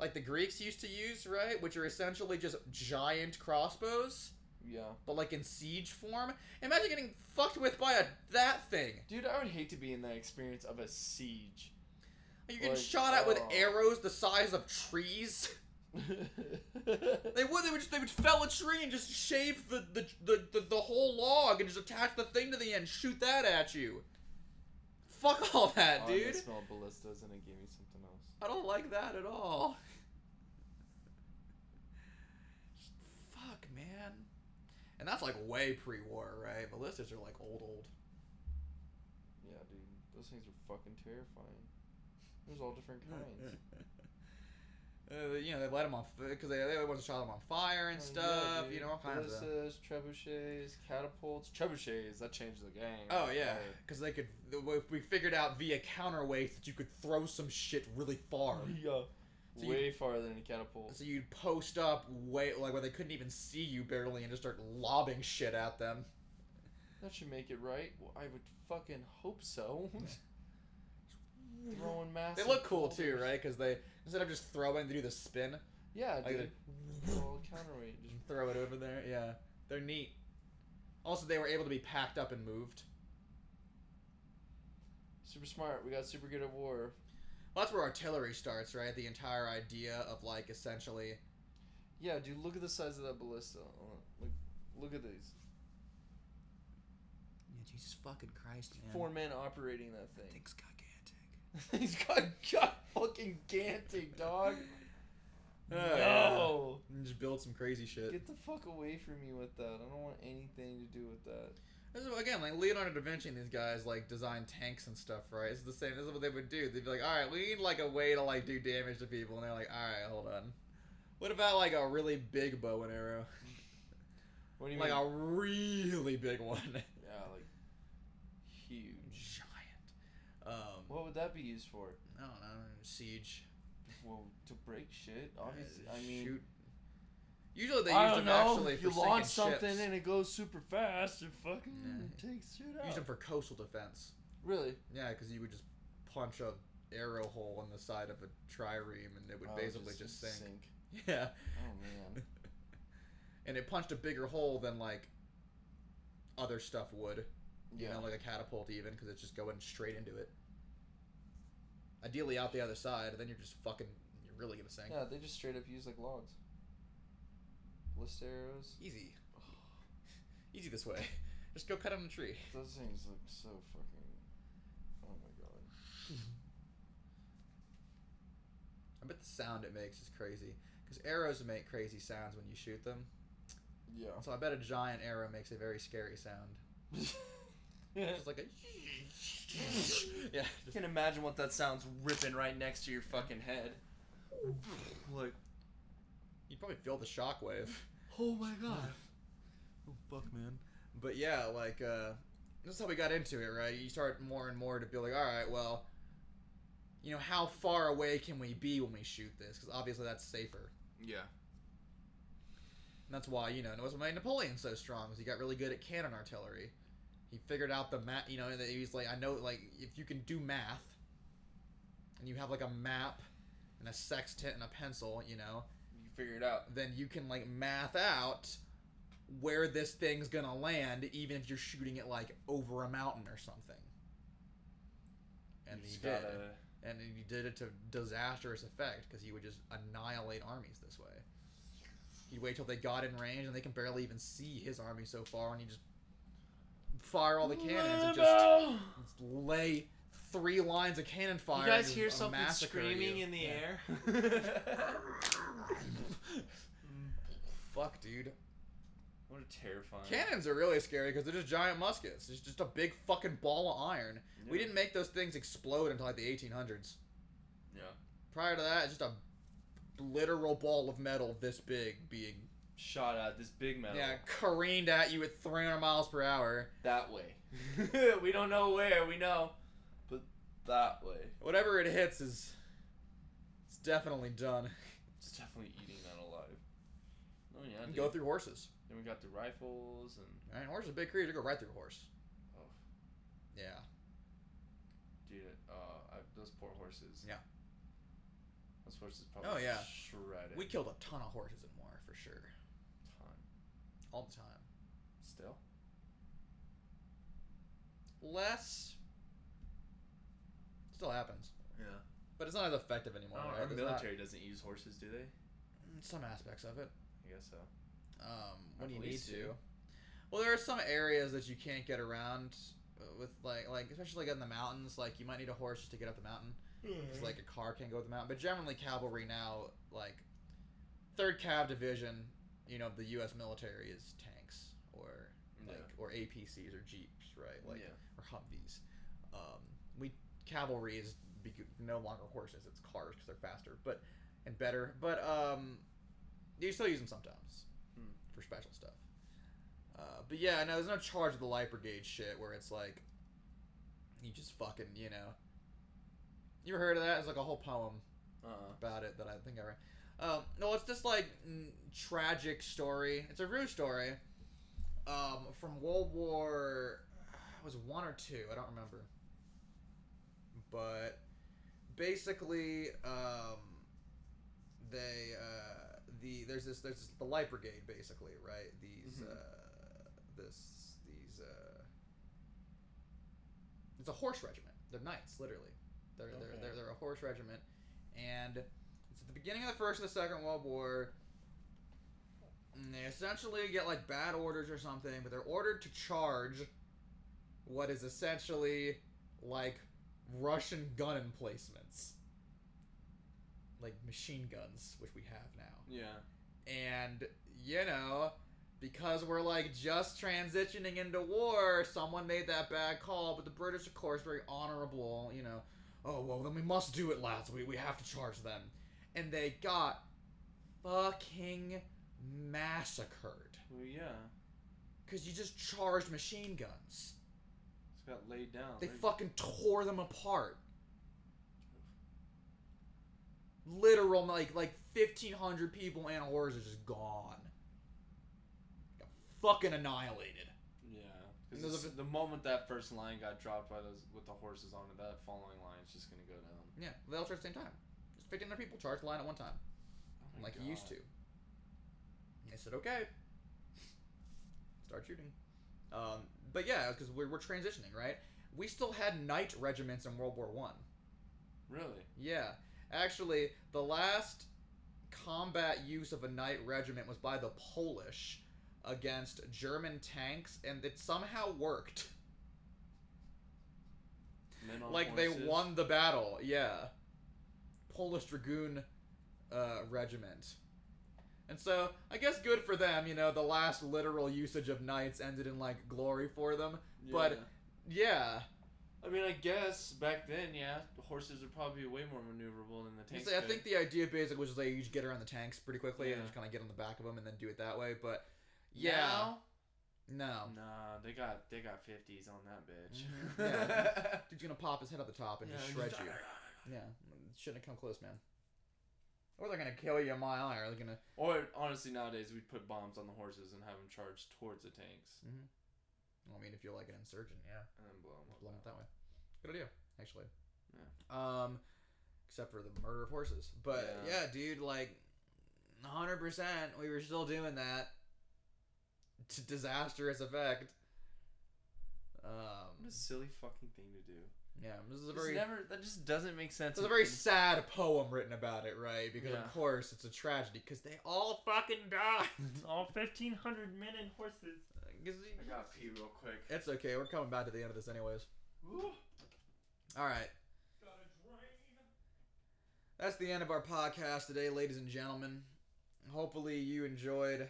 like the Greeks used to use, right? Which are essentially just giant crossbows,
Yeah,
but like in siege form. Imagine getting fucked with by a that thing.
dude, I would hate to be in that experience of a siege.
You're getting
Like,
shot at with
oh.
arrows the size of trees.
Oh,
They would they would just, they would fell a tree and just shave the the, the, the the whole log and just attach the thing to the end, shoot that at you. Fuck all that,
Oh, I
dude.
smelled ballistas and it gave me something else.
I don't like that at all. Fuck, man. And that's like way pre-war, right? Ballistas are like old, old.
Yeah, dude, those things are fucking terrifying. There's all different
Hmm.
kinds.
Uh, you know they let them on because they they always shot them on fire and
Oh,
stuff.
yeah,
you
dude.
know all kinds of. Stuff.
Ballistas, trebuchets, catapults, trebuchets. That changed the game.
Oh yeah, because they could. We figured out via counterweights that you could throw some shit really far.
yeah.
So you-
Way farther than a catapult.
So you'd post up way like where they couldn't even see you barely and just start lobbing shit at them.
That should make it right. Well, I would fucking hope so. Throwing massive.
They look cool
boulders.
too, right? Because they instead of just throwing, they do the spin.
Yeah,
Like
dude. Roll a counterweight. Just
Just throw it over there. Yeah, they're neat. Also, they were able to be packed up and moved.
super smart. We got super good at war.
Well, that's where artillery starts, right? The entire idea of like essentially,
Yeah, dude. Look at the size of that ballista. Uh, Look, look at these.
yeah, Jesus fucking Christ,
Four men operating that thing.
things gigantic.
He's got got fucking gantic, dog.
Oh,
no.
And just build some crazy shit.
Get the fuck away from me with that. I don't want anything to do with that.
This is, again, like Leonardo da Vinci and these guys like design tanks and stuff, right? It's the same. This is what they would do. They'd be like, "All right, we need like a way to like do damage to people," and they're like, "All right, hold on. What about like a really big bow and arrow?
What do you
Like
mean?
a really big one,
yeah, like huge.
giant. Um,
What would that be used for?
I don't know, siege.
Well, to break shit, obviously. I mean,
Uh, shoot. Usually they
I
use
don't
them
know.
actually for
you
sinking
launch something
ships.
and it goes super fast. It fucking
Yeah.
takes shit out.
Use them for coastal defense.
really?
Yeah, because you would just punch a arrow hole in the side of a trireme and it would
Oh,
basically just, sink. Yeah.
Oh man.
and it punched a bigger hole than like other stuff would.
Yeah.
You know, like a catapult even, because it's just going straight into it. Ideally out the other side, and then you're just fucking. You're really gonna sink.
yeah, they just straight up use like logs. List arrows.
Easy. Easy this way. Just go cut down a tree.
Those things look so fucking. Oh my god.
I bet the sound it makes is crazy. Because arrows make crazy sounds when you shoot them.
Yeah.
So I bet a giant arrow makes a very scary sound.
yeah.
Just like a. yeah.
You
just-
can imagine what that sounds ripping right next to your fucking head. Like,
You'd probably feel the shockwave.
oh my god. Oh fuck, man.
But yeah, like uh, this is how we got into it, right? You start more and more to be like, all right, well, you know, how far away can we be when we shoot this? Because obviously that's safer.
Yeah.
And that's why you know it was what made Napoleon so strong. Is he got really good at cannon artillery. He figured out the map. You know, that he's like, I know, like if you can do math, and you have like a map and a sextant and a pencil, you know,
You figure it out.
then you can like math out where this thing's gonna land, even if you're shooting it like over a mountain or something. And
You
he
just
did,
gotta-
and he did it to disastrous effect because he would just annihilate armies this way. He'd wait till they got in range and they can barely even see his army so far, and he just fire all the cannons and just
Lambo!
lay three lines of cannon fire.
You
and
guys
just
hear something
massacre
screaming
you.
in the
Yeah.
air?
Fuck, dude.
what a terrifying.
Cannons are really scary because they're just giant muskets. It's just a big fucking ball of iron. We
Yeah.
didn't make those things explode until like the 1800s.
Yeah.
Prior to that, it's just a literal ball of metal this big being
Shot at this big metal.
yeah careened at you at 300 miles per hour.
That way. we don't know where, we know. But that way.
Whatever it hits is it's definitely done.
It's definitely eating that alive. Oh yeah.
And
dude.
go through horses.
Then we got the rifles and
All right, horse is a big creature. Go right through a horse.
oh
Yeah.
dude, uh, I, those poor horses.
Yeah.
Those horses probably.
Oh, yeah.
Shredded.
We killed a ton of horses in war for sure,
Time.
all the time.
Still.
Less. Still happens,
Yeah.
but it's not as effective anymore.
Oh,
right?
our
It's not- Mm,
military doesn't use horses, do they?
some aspects of it
I guess so.
um,
Our
when you need
police
to.
do.
Well, there are some areas that you can't get around uh, with like like especially like in the mountains. Like you might need a horse just to get up the mountain.
Mm-hmm.
It's like a car can't go up the mountain. But generally, cavalry now like third cav division, you know, of the U.S. military is tanks or
yeah.
like or APCs or jeeps, right? Like
yeah.
or Humvees. Um, we cavalry is be- no longer horses; it's cars because they're faster, but and better. But um, you still use them sometimes
Hmm.
for special stuff. Uh, but yeah, no, there's no charge of the light brigade shit where it's like you just fucking you know. You ever heard of that? It's like a whole poem
Uh.
about it that I think I read. Um, no, it's this like n- tragic story. It's a real story um, from World War. It was one or two. I don't remember. But basically, um, they uh, the there's this there's this, the Light Brigade basically right these
Mhm.
uh, this these uh, it's a horse regiment. They're knights literally. They're
Okay.
they're, they're they're a horse regiment, and it's at the beginning of the first and the second World War. And they essentially get like bad orders or something, but they're ordered to charge what is essentially like Russian gun emplacements, like machine guns, which we have now.
Yeah.
And you know, because we're like just transitioning into war, someone made that bad call, but the British, of course, very honorable. You know, oh well, then we must do it, lads. We we have to charge them, and they got fucking massacred
Well, yeah.
because you just charged machine guns.
It's got laid down.
They
They're-
fucking tore them apart. literal like like fifteen hundred people and horrors are just gone. Got fucking annihilated.
Yeah.
And
'Cause
those
it's- the moment that first line got dropped by those with the horses on it, that following line is just gonna go down.
Yeah, they all charge at the same time. Just fifteen hundred people charge the line at one time,
Oh my
like you used to.
God.
They said okay. Start shooting. Um, but yeah, because we're, we're transitioning, right? We still had night regiments in World War One.
Really?
Yeah, actually, the last combat use of a night regiment was by the Polish against German tanks, and it somehow worked.
Men on
like they
horses?
won the battle. Yeah, Polish dragoon uh, regiment. And so I guess good for them. You know, the last literal usage of knights ended in like glory for them. but- Yeah,
I mean, I guess back then, yeah, the horses would probably be way more maneuverable than the
You
tanks.
say, I
could.
think the idea basically was like you just get around the tanks pretty quickly and
Yeah.
just kind of get on the back of them and then do it that way. But yeah,
Now?
no,
Nah, they got they got fifties on that bitch.
Mhm. Yeah. dude's gonna pop his head out the top and
Yeah,
just shred you. Yeah, shouldn't come close, man. Or they're gonna kill you a mile an hour. They're gonna
Or honestly, nowadays we'd put bombs on the horses and have them charge towards the tanks
Well, I mean, if you're like an insurgent, yeah,
and then blow them up.
blow 'em up that way. Good idea, actually. Um, except for the murder of horses, but yeah,
Yeah.
dude, like, hundred percent, we were still doing that to disastrous effect.
What
Um,
a silly fucking thing to do.
yeah, this is a
It's
very
never that just doesn't make sense.
It's a very sad poem written about it, right? Because
Yeah.
of course it's a tragedy because they all fucking died.
all fifteen hundred men and horses.
Uh, 'Cause
I
you-
gotta pee real quick.
it's okay. We're coming back to the end of this, anyways.
Ooh,
All right,
gotta drain.
that's the end of our podcast today, ladies and gentlemen. Hopefully you enjoyed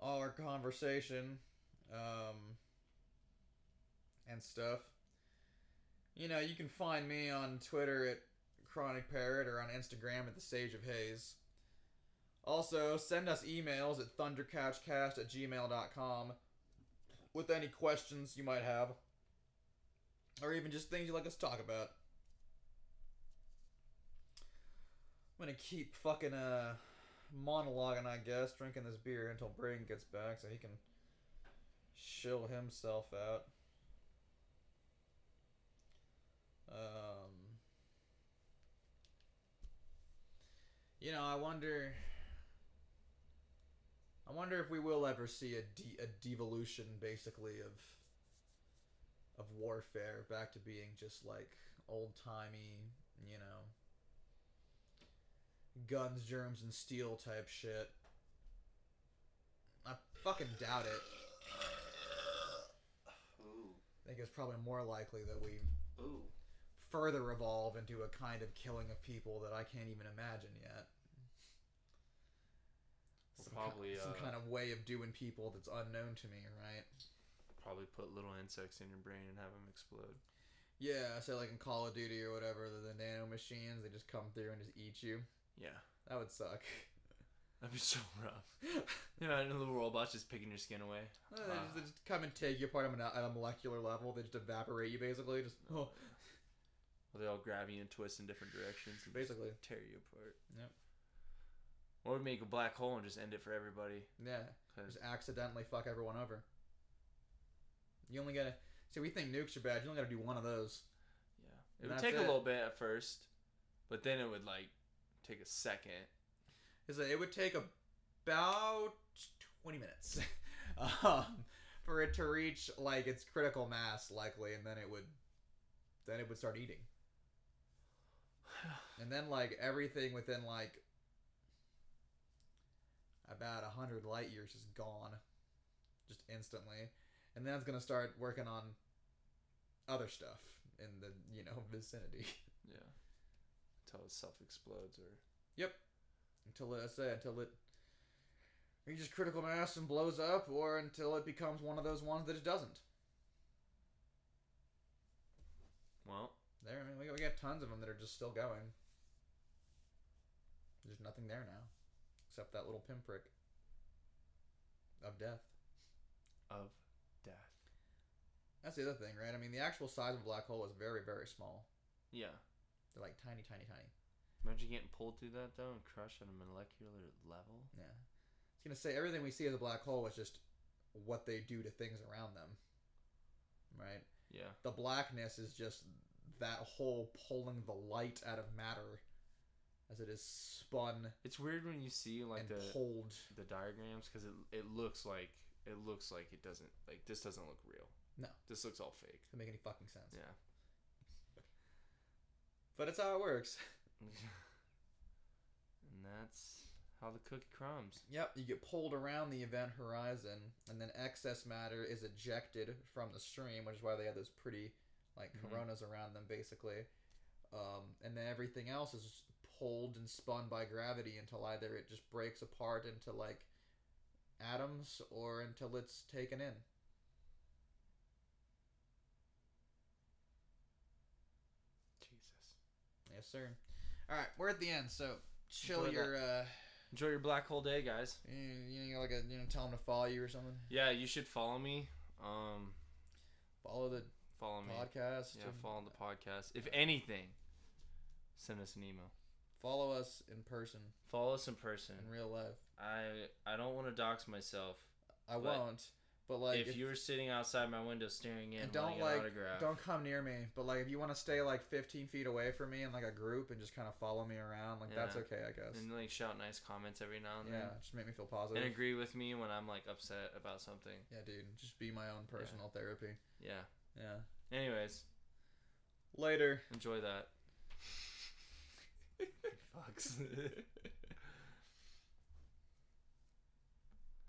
our conversation um, and stuff. You know, you can find me on Twitter at Chronic Parrot or on Instagram at The Sage of Haze. Also, send us emails at thundercouchcast at gmail.com with any questions you might have or even just things you'd like us to talk about. I'm going to keep fucking uh, monologuing, I guess, drinking this beer until Braden gets back so he can chill himself out. Um, you know, I wonder. I wonder if we will ever see a, de- a devolution, basically, of of warfare back to being just like old timey, you know, guns, germs, and steel type shit. I fucking doubt it.
Ooh,
I think it's probably more likely that we
ooh.
further evolve into a kind of killing of people that I can't even imagine yet.
We'll
ki-
probably,
some
uh,
kind of way of doing people that's unknown to me, right?
Probably put little insects in your brain and have them explode.
Yeah, so like in Call of Duty or whatever, the, the nano machines they just come through and just eat you.
Yeah,
That would suck.
that'd be so rough. You know, and the little robots just picking your skin away.
Uh, they, just, they just come and take you apart on a, at a molecular level. They just evaporate you, basically. Just oh,
Or they all grab you and twist in different directions and just
basically,
tear you apart.
Yep.
Or we make a black hole and just end it for everybody.
yeah.
'cause-
Just accidentally fuck everyone over. You only gotta. See, we think nukes are bad. You only gotta do one of those.
yeah, it
And
would
that's
take a
it.
little bit at first, but then it would like take a second.
is that it would take about 20 minutes um, for it to reach like its critical mass likely and then it would then it would start eating and then like everything within like about 100 light years is gone just instantly and then it's going to start working on other stuff in the you know vicinity
Yeah, until itself explodes or
until it, I say until it reaches critical mass and blows up, or until it becomes one of those ones that it doesn't.
well,
There, I mean, we, we got tons of them that are just still going. There's nothing there now, except that little pinprick of death.
of death.
That's the other thing, right? I mean, the actual size of a black hole is very, very small.
Yeah,
They're like tiny, tiny, tiny.
Imagine getting pulled through that though and crushed at a molecular level.
Yeah. It's gonna say everything we see as a black hole was just what they do to things around them. Right?
Yeah.
The blackness is just that hole pulling the light out of matter as it is spun
It's weird when you see like
and
the
pulled.
the diagrams because it it looks like it looks like it doesn't like this doesn't look real.
No.
This looks all fake.
Doesn't make any fucking sense.
Yeah.
But it's how it works.
and that's how the cookie crumbs.
Yep, you get pulled around the event horizon, and then excess matter is ejected from the stream, which is why they have those pretty, like,
Mhm.
coronas around them, basically. Um, and then everything else is pulled and spun by gravity until either it just breaks apart into, like, atoms or until it's taken in.
Jesus.
Yes, sir. All right, we're at the end, so chill
Enjoy
your, uh,
Enjoy your black hole day, guys.
you, you know, like, a, you know, tell them to follow you or something.
Yeah, you should follow me. Um,
Follow the
follow me.
podcast.
yeah,
and
follow the podcast. If anything, send us an email.
follow us in person,
Follow us in person.
in real life.
I I don't want to dox myself.
I
But
won't. But like,
if, you were sitting outside my window staring in,
and
wanting an
don't like,
autograph,
don't come near me. But like, if you want to stay like 15 feet away from me in like a group and just kind of follow me around, like that's
Yeah.
okay, I guess.
and like shout nice comments every now and
yeah,
then,
just make me feel positive.
and agree with me when I'm like upset about something.
yeah, dude, just be my own personal therapy.
Yeah.
Yeah.
Anyways,
Later.
enjoy that. Fucks.